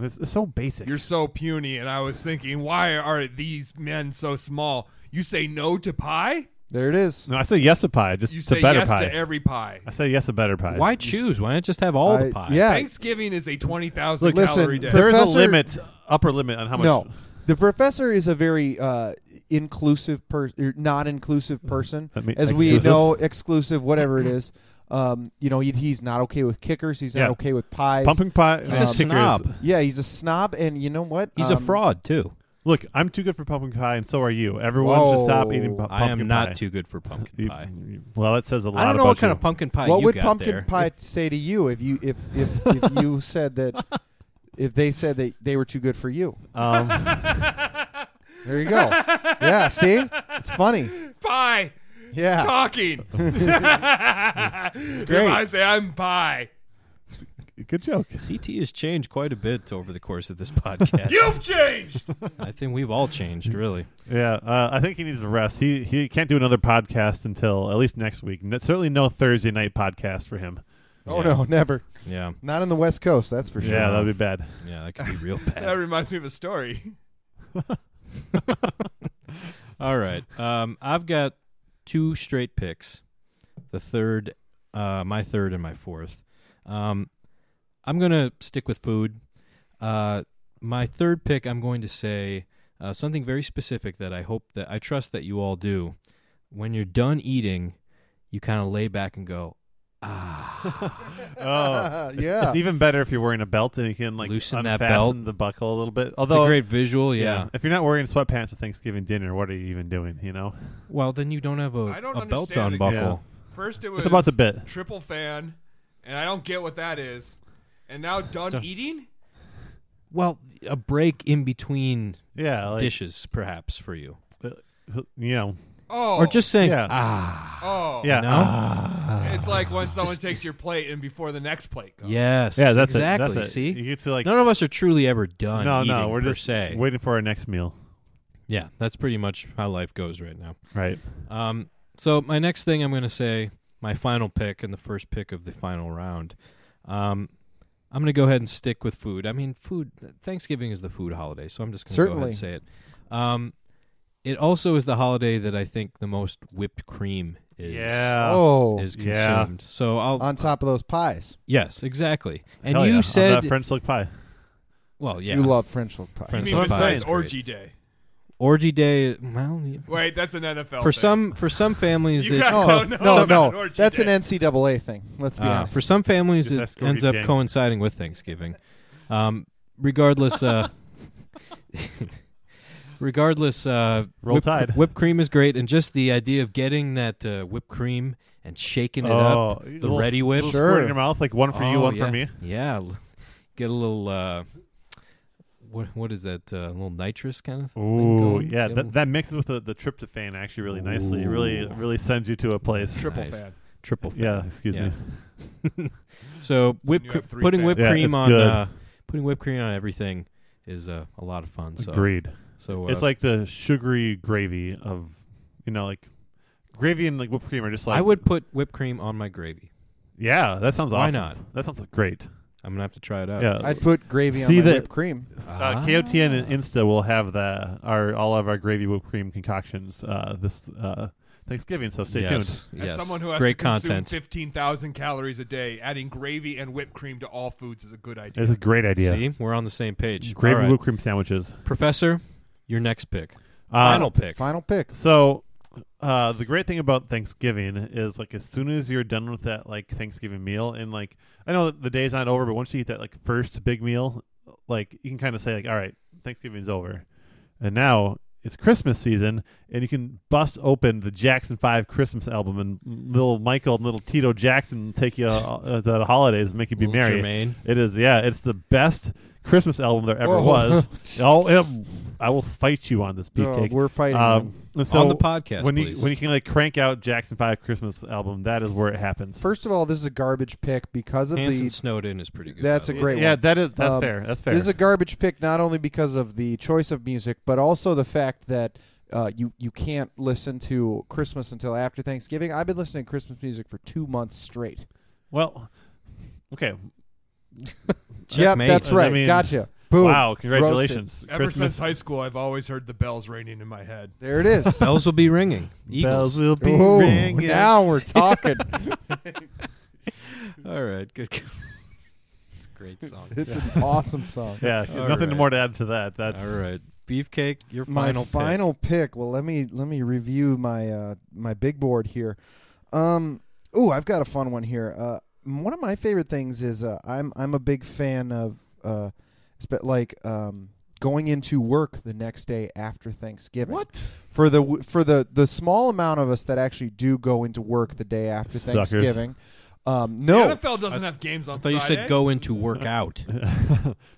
It's, it's so basic. You're so puny, and I was thinking, why are these men so small? You say no to pie? there it is. no, I say yes to pie, just You to say better yes pie. to every pie. I say yes to better pie. Why choose? Why not just have all I- the pie? yeah. Thanksgiving is a 20,000 Look, listen, calorie day. per- There is Professor- a limit, upper limit on how much. No, the professor is a very uh, inclusive person, not inclusive person, That mean- as we Mm. exclusive? know, exclusive, whatever it is. Um, you know, he, he's not okay with kickers. He's not Yeah. okay with pies. Pumpkin pie. He's a um, snob. kickers. Yeah, he's a snob, and you know what? He's a Um, fraud too. Look, I'm too good for pumpkin pie, and so are you. Everyone should stop eating pu- Whoa. pumpkin I am not pie. too good for pumpkin You- pie. you- well, that says a lot I don't know about what kind you. of pumpkin pie What you would got pumpkin there. pie say to you if you if if, if you said that if they said that they were too good for you? Um, There you go. yeah, see, it's funny. pie! Yeah, <laughs> Talking! it's great. I say I'm pie. <laughs> good joke. CT has changed quite a bit over the course of this <laughs> podcast. You've <laughs> changed! I think we've all changed, really. Yeah, uh, I think he needs a rest. He he can't do another podcast until at least next week. N- certainly no Thursday night podcast for him. Oh no, never. Yeah, Not on the West Coast, that's for sure. Yeah, that'd be bad. yeah, that could be real that bad. reminds me of a story. All right, um, I've got two straight picks. The third, uh, my third, and my fourth. Um, I'm gonna stick with food. Uh, my third pick, I'm going to say uh, something very specific that I hope that I trust that you all do. When you're done eating, you kind of lay back and go, Oh, it's, Uh, <laughs> Yeah. It's even better if you're wearing a belt and you can like Loosen that unfasten belt. the buckle a little bit. It's Although a great visual, yeah. If you're not wearing sweatpants at Thanksgiving dinner, what are you even doing? You know, <laughs> Well, then you don't have a, I don't a belt understand it. on buckle. First, it was it's about the bit. triple fan, and I don't get what that is. And now done eating? Well, a break in between Yeah, like, dishes, perhaps for you, uh, you know, Oh. or just saying, yeah. ah, Oh. yeah, no, It's like when someone takes your plate and before the next plate comes. yes, yeah. That's it, exactly. that's it. See, you get to like none of us are truly ever done. no, eating, no. We're per just se. waiting for our next meal, Yeah, that's pretty much how life goes right now. right? Um, so my next thing I'm going to say, my final pick and the first pick of the final round. Um, I'm going to go ahead and stick with food. I mean, food. Thanksgiving is the food holiday, so I'm just going to go ahead and say it. Um, it also is the holiday that I think the most whipped cream is Yeah. Oh, is yeah. consumed. So I'll on top of those pies, yes, exactly. And Hell you yeah. On said that French silk pie. well, yeah. you love French loaf pie. You French mean <laughs> fries. besides Great. orgy day? orgy day? Well, y- Wait, that's an NFL. for thing. some for some families, You it, guys No, No, no, no, it's not no, an orgy That's day. an NCAA thing. Let's be Uh, honest. for some families, Just it ask Gordy ends up Jang. coinciding with Thanksgiving. Um, regardless, uh, <laughs> regardless, uh, Roll whipped, Tide. whipped cream is great, and just the idea of getting that uh, whipped cream and shaking it up, Oh, the little- ready Oh, whip, little Sure. squirt in your mouth, like one for you, Oh, one yeah. for me. Yeah, l- get a little. Uh, what what is that? Uh, little nitrous kind of. thing Ooh, going? yeah, Give that, 'em that mixes with the, the tryptophan actually really nicely. It really Ooh. really sends you to a place. Triple Nice. fan. triple. Thing. yeah, excuse me. So whipped you cr- have three putting fans. whipped Yeah, cream it's on good. uh, putting whipped cream on everything is uh, a lot of fun. So Agreed. so uh, It's like the sugary gravy of, you know, like gravy and like whipped cream are just like I would put whipped cream on my gravy. Yeah, that sounds Why awesome. not? That sounds great. I'm gonna have to try it out. Yeah. I'd put gravy See on my the- whipped cream. Ah. Uh, KOTN and Insta will have the our all of our gravy whipped cream concoctions uh, this uh, Thanksgiving, so stay tuned. yes. As yes. someone who has great to consume content. 15,000 calories a day, adding gravy and whipped cream to all foods is a good idea. It's a great idea. See, we're on the same page. Gravy All right. whipped cream sandwiches. Professor, your next pick. Uh, Final pick. Final pick. So, uh, the great thing about Thanksgiving is like as soon as you're done with that like Thanksgiving meal, and like I know that the day's not over, but once you eat that like first big meal, like you can kind of say like, all right, Thanksgiving's over, and now it's Christmas season, and you can bust open the Jackson Five Christmas album, and little Michael and little Tito Jackson take you uh, to the holidays and make you be Little merry. Jermaine. It is, yeah, it's the best Christmas album there ever Whoa. Oh, was. oh, it- I will fight you on this No, beefcake. we're fighting. Um, one. and so On the podcast, when please. you when you can like crank out Jackson Five Christmas album, that is where it happens. First of all, this is a garbage pick because of Hanson the. Snowden is pretty good. That's by a the way. great yeah, one. that is that's Um, fair. That's fair. This is a garbage pick not only because of the choice of music, but also the fact that uh, you you can't listen to Christmas until after Thanksgiving. I've been listening to Christmas music for two months straight. well, okay. Yep, Checkmate. that's I right. mean, gotcha. Boom. Wow, congratulations! Ever Christmas since high school, I've always heard the bells ringing in my head. There it is. Bells will be ringing. Eagles. bells will <laughs> be Ooh, ringing. now we're talking. <laughs> All right, good. <laughs> it's a great song. it's an awesome song. Yeah, All nothing right. more to add to that. That's All right, beefcake. Your my final pick. final pick. Well, let me let me review my uh, my big board here. Um, oh, I've got a fun one here. Uh, m- one of my favorite things is uh, I'm I'm a big fan of uh, spe- like um, going into work the next day after Thanksgiving. what for the w- for the the small amount of us that actually do go into work the day after Suckers. Thanksgiving? Um, no, The NFL doesn't have games on I thought you Friday. said go into work <laughs> out.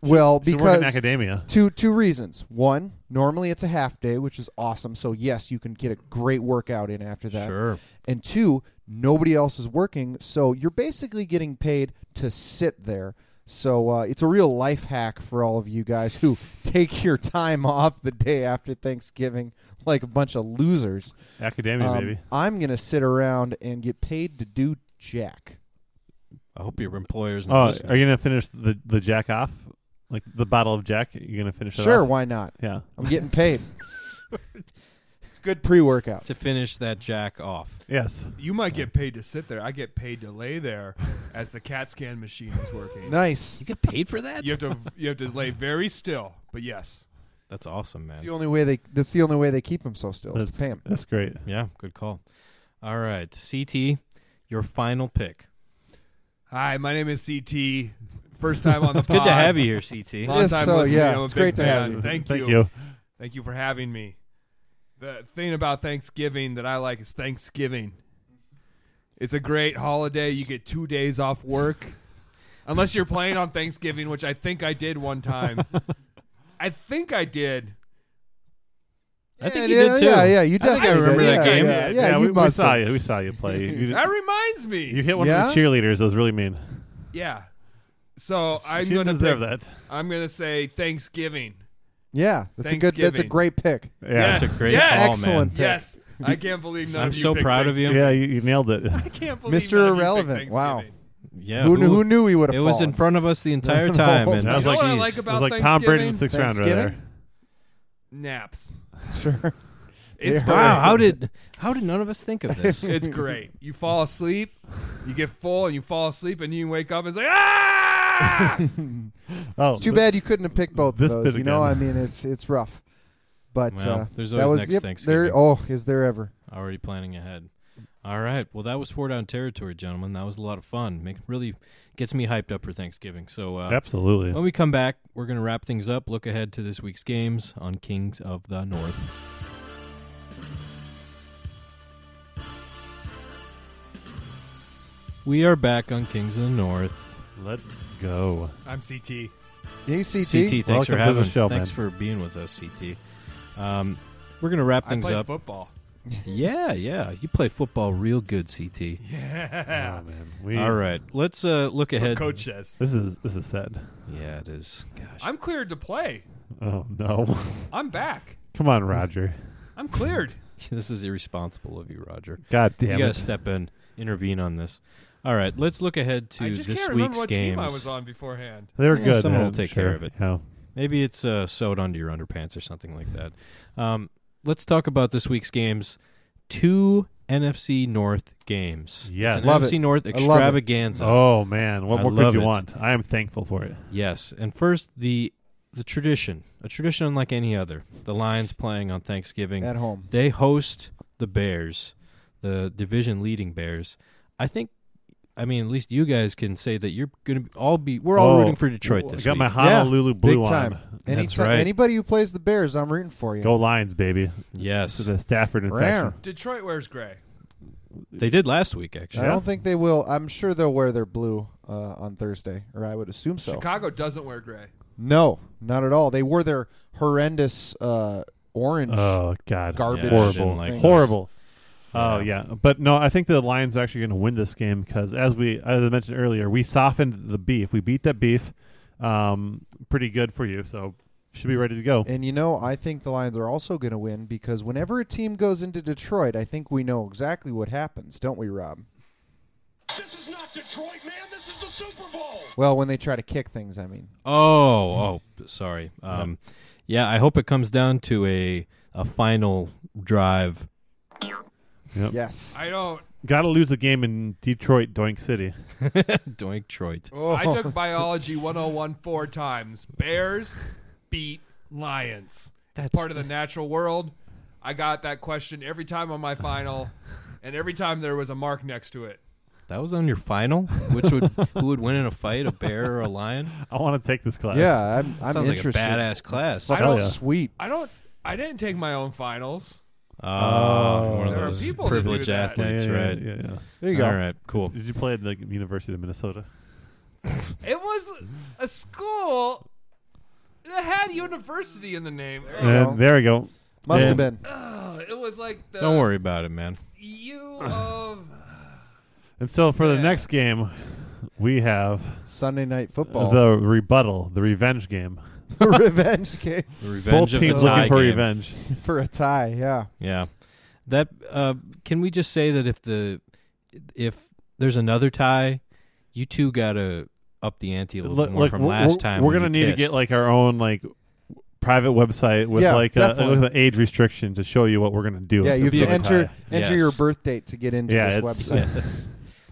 well Should work in because academia. Two two reasons. One, normally it's a half day, which is awesome. So yes, you can get a great workout in after that. Sure. And two, nobody else is working, so you're basically getting paid to sit there. So uh, it's a real life hack for all of you guys who <laughs> take your time off the day after Thanksgiving like a bunch of losers. Academia, Um, baby. I'm gonna sit around and get paid to do jack. I hope your employer's not Oh, listening. are you gonna finish the the jack off? Like the bottle of Jack, you gonna finish it Sure, off? why not? Yeah. I'm getting paid. it's good pre-workout. to finish that jack off. Yes. You might get paid to sit there. I get paid to lay there as the CAT scan machine is working. Nice. You get paid for that? You have to you have to lay very still. But yes, That's awesome, That's the man. only way they. That's the only way they keep them so still. Is to pay 'em. That's great. Yeah, good call. All right, CT, your final pick. hi, my name is CT. First time on the It's good pod. to have you here, <laughs> CT. Long Yes, time so, listener. yeah, I'm a it's big great to have fan. you. Thank, Thank you. you. Thank you for having me. The thing about Thanksgiving that I like is Thanksgiving. It's a great holiday. You get two days off work. Unless you're playing on Thanksgiving, which I think I did <laughs> one time. I think I did. I think yeah, you did too. Yeah, yeah, you I think I definitely did. remember yeah, that game. Yeah, yeah, we, you we must saw have. you. We saw you play. <laughs> You, That reminds me. you hit one Yeah? of the cheerleaders. That was really mean. yeah. So I'm she didn't gonna deserve pick- that. I'm gonna say Thanksgiving. Yeah, that's a good. That's a Thanksgiving. great pick. Yeah, Yes. That's a great Yes. call, Excellent. man. pick. Yes. I can't believe none I'm of you so picked proud of you. Thanksgiving. <laughs> yeah, you, you nailed it. I can't Mr. believe none of you picked Irrelevant. Wow. Thanksgiving. Yeah, who, knew, who knew he would have? It was in fallen? front of us the entire time, and That was geez, like- You know what I like It was about like Tom Brady in the Thanksgiving? sixth round right there. Thanksgiving? <laughs> Naps. Sure. It's Yeah. great. wow, how did how did none of us think of <laughs> this? it's great. You fall asleep, you get full, and you fall asleep, and you wake up and say, ah! Oh, It's too bad you couldn't have picked both this of bit those. You know, I again. mean, it's it's rough. But Well, uh, there's that always was next yep, Thanksgiving. There, oh, is there ever? Already planning ahead. All right. Well, that was four down territory, gentlemen. That was a lot of fun. Make, really gets me hyped up for Thanksgiving. So uh, Absolutely. when we come back, we're going to wrap things up. Look ahead to this week's games on Kings of the North. We are back on Kings of the North. Let's go. I'm CT. Hey, CT, CT. thanks Welcome for to having. the show, thanks for being with us, CT. Um, we're gonna wrap I things played up. football. Yeah, yeah. You play football real good, CT. Yeah. Oh, man. We, All right, let's uh, look That's what ahead. coach says. This is this is sad. Yeah, it is. Gosh, I'm cleared to play. Oh no! <laughs> I'm back. Come on, Roger. I'm cleared. <laughs> this is irresponsible of you, Roger. God you damn gotta it! step in, intervene on this. All right, let's look ahead to I just this can't remember week's what games. team I was on beforehand. they were Yeah, good. someone man, will take sure. care of it. Yeah. Maybe it's uh, sewed onto your underpants or something like that. Um, let's talk about this week's games. Two NFC North games. Yes. It's an Love NFC it. North I love it. extravaganza. Oh man, what I more could love you it. want? I am thankful for it. Yes, and first the the tradition, a tradition unlike any other. The Lions playing on Thanksgiving. At home. They host the Bears, the division leading Bears. I think, I mean, at least you guys can say that you're going to all be. We're all Oh, rooting for Detroit this I got week. my Honolulu blue Big time. on. Any That's ti- right. Anybody who plays the Bears, I'm rooting for you. Go Lions, baby! This yes, is a Stafford infection. Rare. Detroit wears gray. they did last week actually. I don't think they will. I'm sure they'll wear their blue uh, on Thursday, or I would assume so. Chicago doesn't wear gray. No, not at all. They wore their horrendous uh, orange. Oh god, Garbage horrible, and, like, horrible. Oh Yeah. yeah, but no, I think the Lions are actually going to win this game because, as we as I mentioned earlier, we softened the beef. We beat that beef, um, pretty good for you. So should be ready to go. And you know, I think the Lions are also going to win because whenever a team goes into Detroit, I think we know exactly what happens, don't we, Rob? This is not Detroit, man. This is the Super Bowl. Well, when they try to kick things, I mean. Oh, oh, sorry. Um, yeah, I hope it comes down to a a final drive. Yes. I don't. Got to lose the game in Detroit, Doink City. <laughs> Doink Detroit. Oh. I took biology 101 four times. Bears beat lions. That's That's part of the natural world. I got that question every time on my final, and every time there was a mark next to it. That was on your final. Which would who would win in a fight, a bear or a <laughs> lion? I want to take this class. <laughs> yeah, I'm, I'm Sounds like a interested. badass class. I don't. yeah. Sweet. I don't. I didn't take my own finals. Oh, Oh. one of There are those people that do privileged that. Yeah, athletes, yeah, right? Yeah, yeah. There you go. All right, cool. Did you play at the University of Minnesota? It was a school that had university in the name. Uh, go. there we go. Must Yeah. have been. Ugh, it was like the Don't worry about it, man. U of And so for Yeah. the next game, we have Sunday night football. the rebuttal, the revenge game. <laughs> revenge game The revenge Both of the teams tie looking for game. revenge. for a tie. Yeah. Yeah, that. Uh, can we just say that if the if there's another tie, you two gotta up the ante a little bit more from we're- last we're- time. We're when gonna you need to get kissed. like our own like private website with Yeah, like a, definitely. with an age restriction to show you what we're gonna do. Yeah, if you have there's to Via a enter tie. enter Yes. your birth date to get into Yeah, this it's- website. Yes.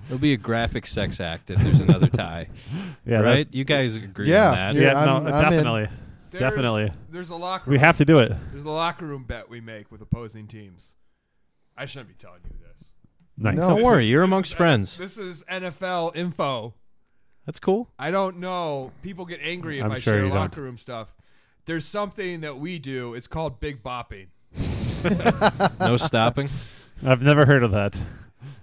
It'll be a graphic sex act if there's another tie, <laughs> Yeah, that's- right? You guys agree Yeah. on that? You're- Yeah, no, I'm- I'm in. definitely. there's, Definitely. There's a locker. We room. have to do it. There's a locker room bet we make with opposing teams. I shouldn't be telling you this. Nice. No. Don't This worry, is- you're this amongst is- friends. This is NFL info. That's cool. I don't know. People get angry if I'm I sure share you don't. locker room stuff. There's something that we do. It's called big bopping. No <laughs> stopping. I've never heard of that.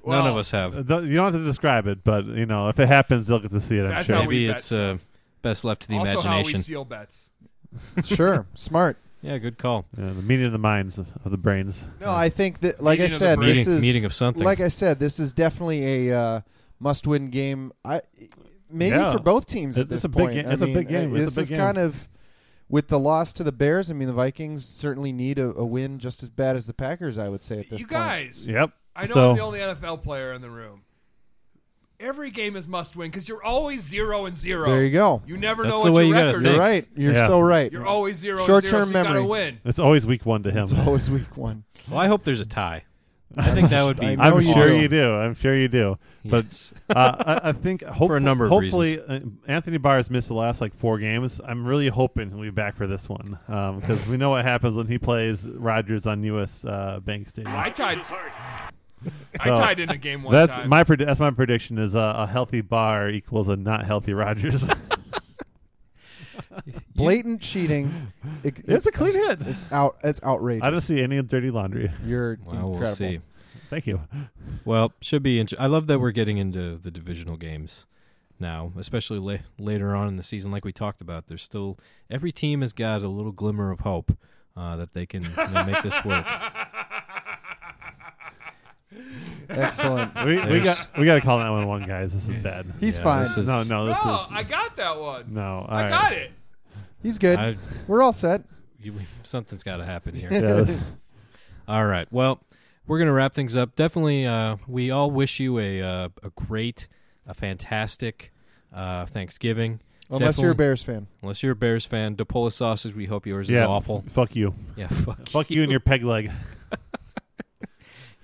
None of Well, us have. Uh, th- You don't have to describe it, but you know, if it happens, they'll get to see it. I'm That's sure. how we Maybe bet it's uh, best left to the also how we imagination. seal bets. <laughs> sure, smart. Yeah, good call. Yeah, the meaning of the minds of the brains. No, I think that, like Meeting I of said, the this Meeting- is meeting of something. Like I said, this is definitely a uh, must-win game. I maybe Yeah. for both teams. It's- at this it's a big point. ga- I it's a mean, big game. uh, It's a This big is game. kind of with the loss to the Bears. I mean, the Vikings certainly need a, a win just as bad as the Packers. I would say at this You point. guys, Yep. I know so, I'm the only NFL player in the room. Every game is must win because you're always zero and zero. There you go. You never That's know the what way your you gotta record think. is. You're right. You're Yeah. so right. You're always zero Short-term and zero. So you memory. gotta win. It's always week one to him. <laughs> It's always week one. <laughs> Well, I hope there's a tie. I think that would be. I know I'm you sure do. you do. I'm sure you do. But Yes. uh, I, <laughs> I think hopefully, number of hopefully uh, Anthony Barr's missed the last like four games. I'm really hoping he'll be back for this one because we know what happens when he plays Rodgers on U.S. Uh, Bank Stadium. I tied. Hurt. I So, tied in a game one That's time. <laughs> my pred- that's my prediction is uh, a healthy Barr equals a not healthy Rodgers. <laughs> Blatant cheating. <laughs> It- it's a clean hit. It's out. It's outrageous. I don't see any dirty laundry. You're well, incredible. we'll see. Thank you. Well, should be. Inter- I love that we're getting into the divisional games. now, especially la- later on in the season. Like we talked about, there's still every team has got a little glimmer of hope uh, that they can you know, make this <laughs> work. Excellent. We, we There's- got we got to call that one one, guys. This is bad. He's Yeah, fine. this is- no, no, this Oh, is I got that one. no. all I right. got it. He's good. I- We're all set. You, something's got to happen here. Yeah, this- All right. Well, we're going to wrap things up. Definitely, uh, we all wish you a uh, a great, a fantastic uh, Thanksgiving. Unless you're a Definitely- Bears fan. unless you're a Bears fan, Depola sausage. We hope yours yeah, is awful. f- fuck you, Yeah, fuck. fuck you and your peg leg.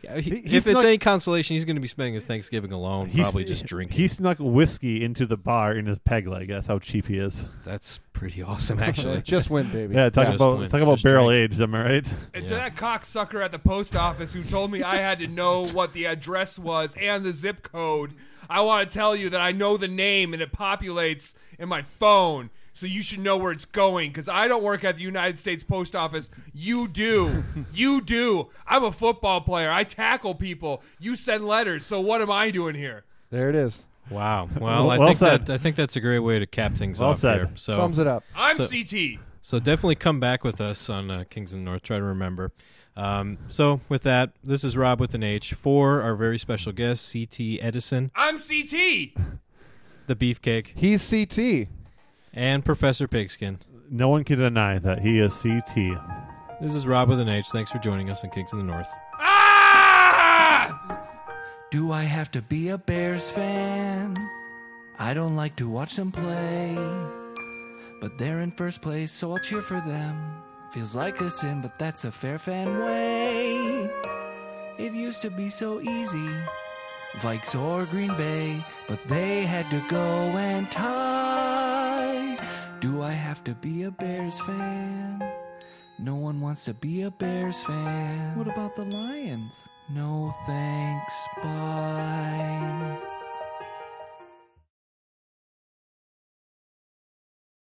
Yeah, he- He- if he's it's not- any consolation, he's going to be spending his Thanksgiving alone, He's- probably <laughs> just drinking. He snuck whiskey into the bar in his peg leg. That's how cheap he is. That's pretty awesome, <laughs> actually. Just win, baby. Yeah, talk Just about win. talk about Just barrel aged. Am I right? And Yeah. to that cocksucker at the post office who told me I had <laughs> to know what the address was and the zip code, I want to tell you that I know the name and it populates in my phone. So you should know where it's going because I don't work at the United States Post Office. <laughs> You do. you do. I'm a football player. I tackle people. You send letters. So what am I doing here? There it is. wow. <laughs> Well, I Well think said. that I think that's a great way to cap things Well off said. here. So Sums it up. I'm So- CT. So definitely come back with us on uh, Kings of the North. Try to remember. Um, so with that, this is Rob with an H for our very special guest, CT Edison, I'm CT. the Beefcake, He's CT. and Professor Pigskin. No one can deny that he is CT. This is Rob with an H. Thanks for joining us on Kings of the North. Ah! Do I have to be a Bears fan? I don't like to watch them play. But they're in first place, so I'll cheer for them. Feels like a sin, but that's a fair fan way. It used to be so easy. Vikes or Green Bay, but they had to go and tie. Do I have to be a Bears fan? No one wants to be a Bears fan. What about the Lions? No thanks, bye.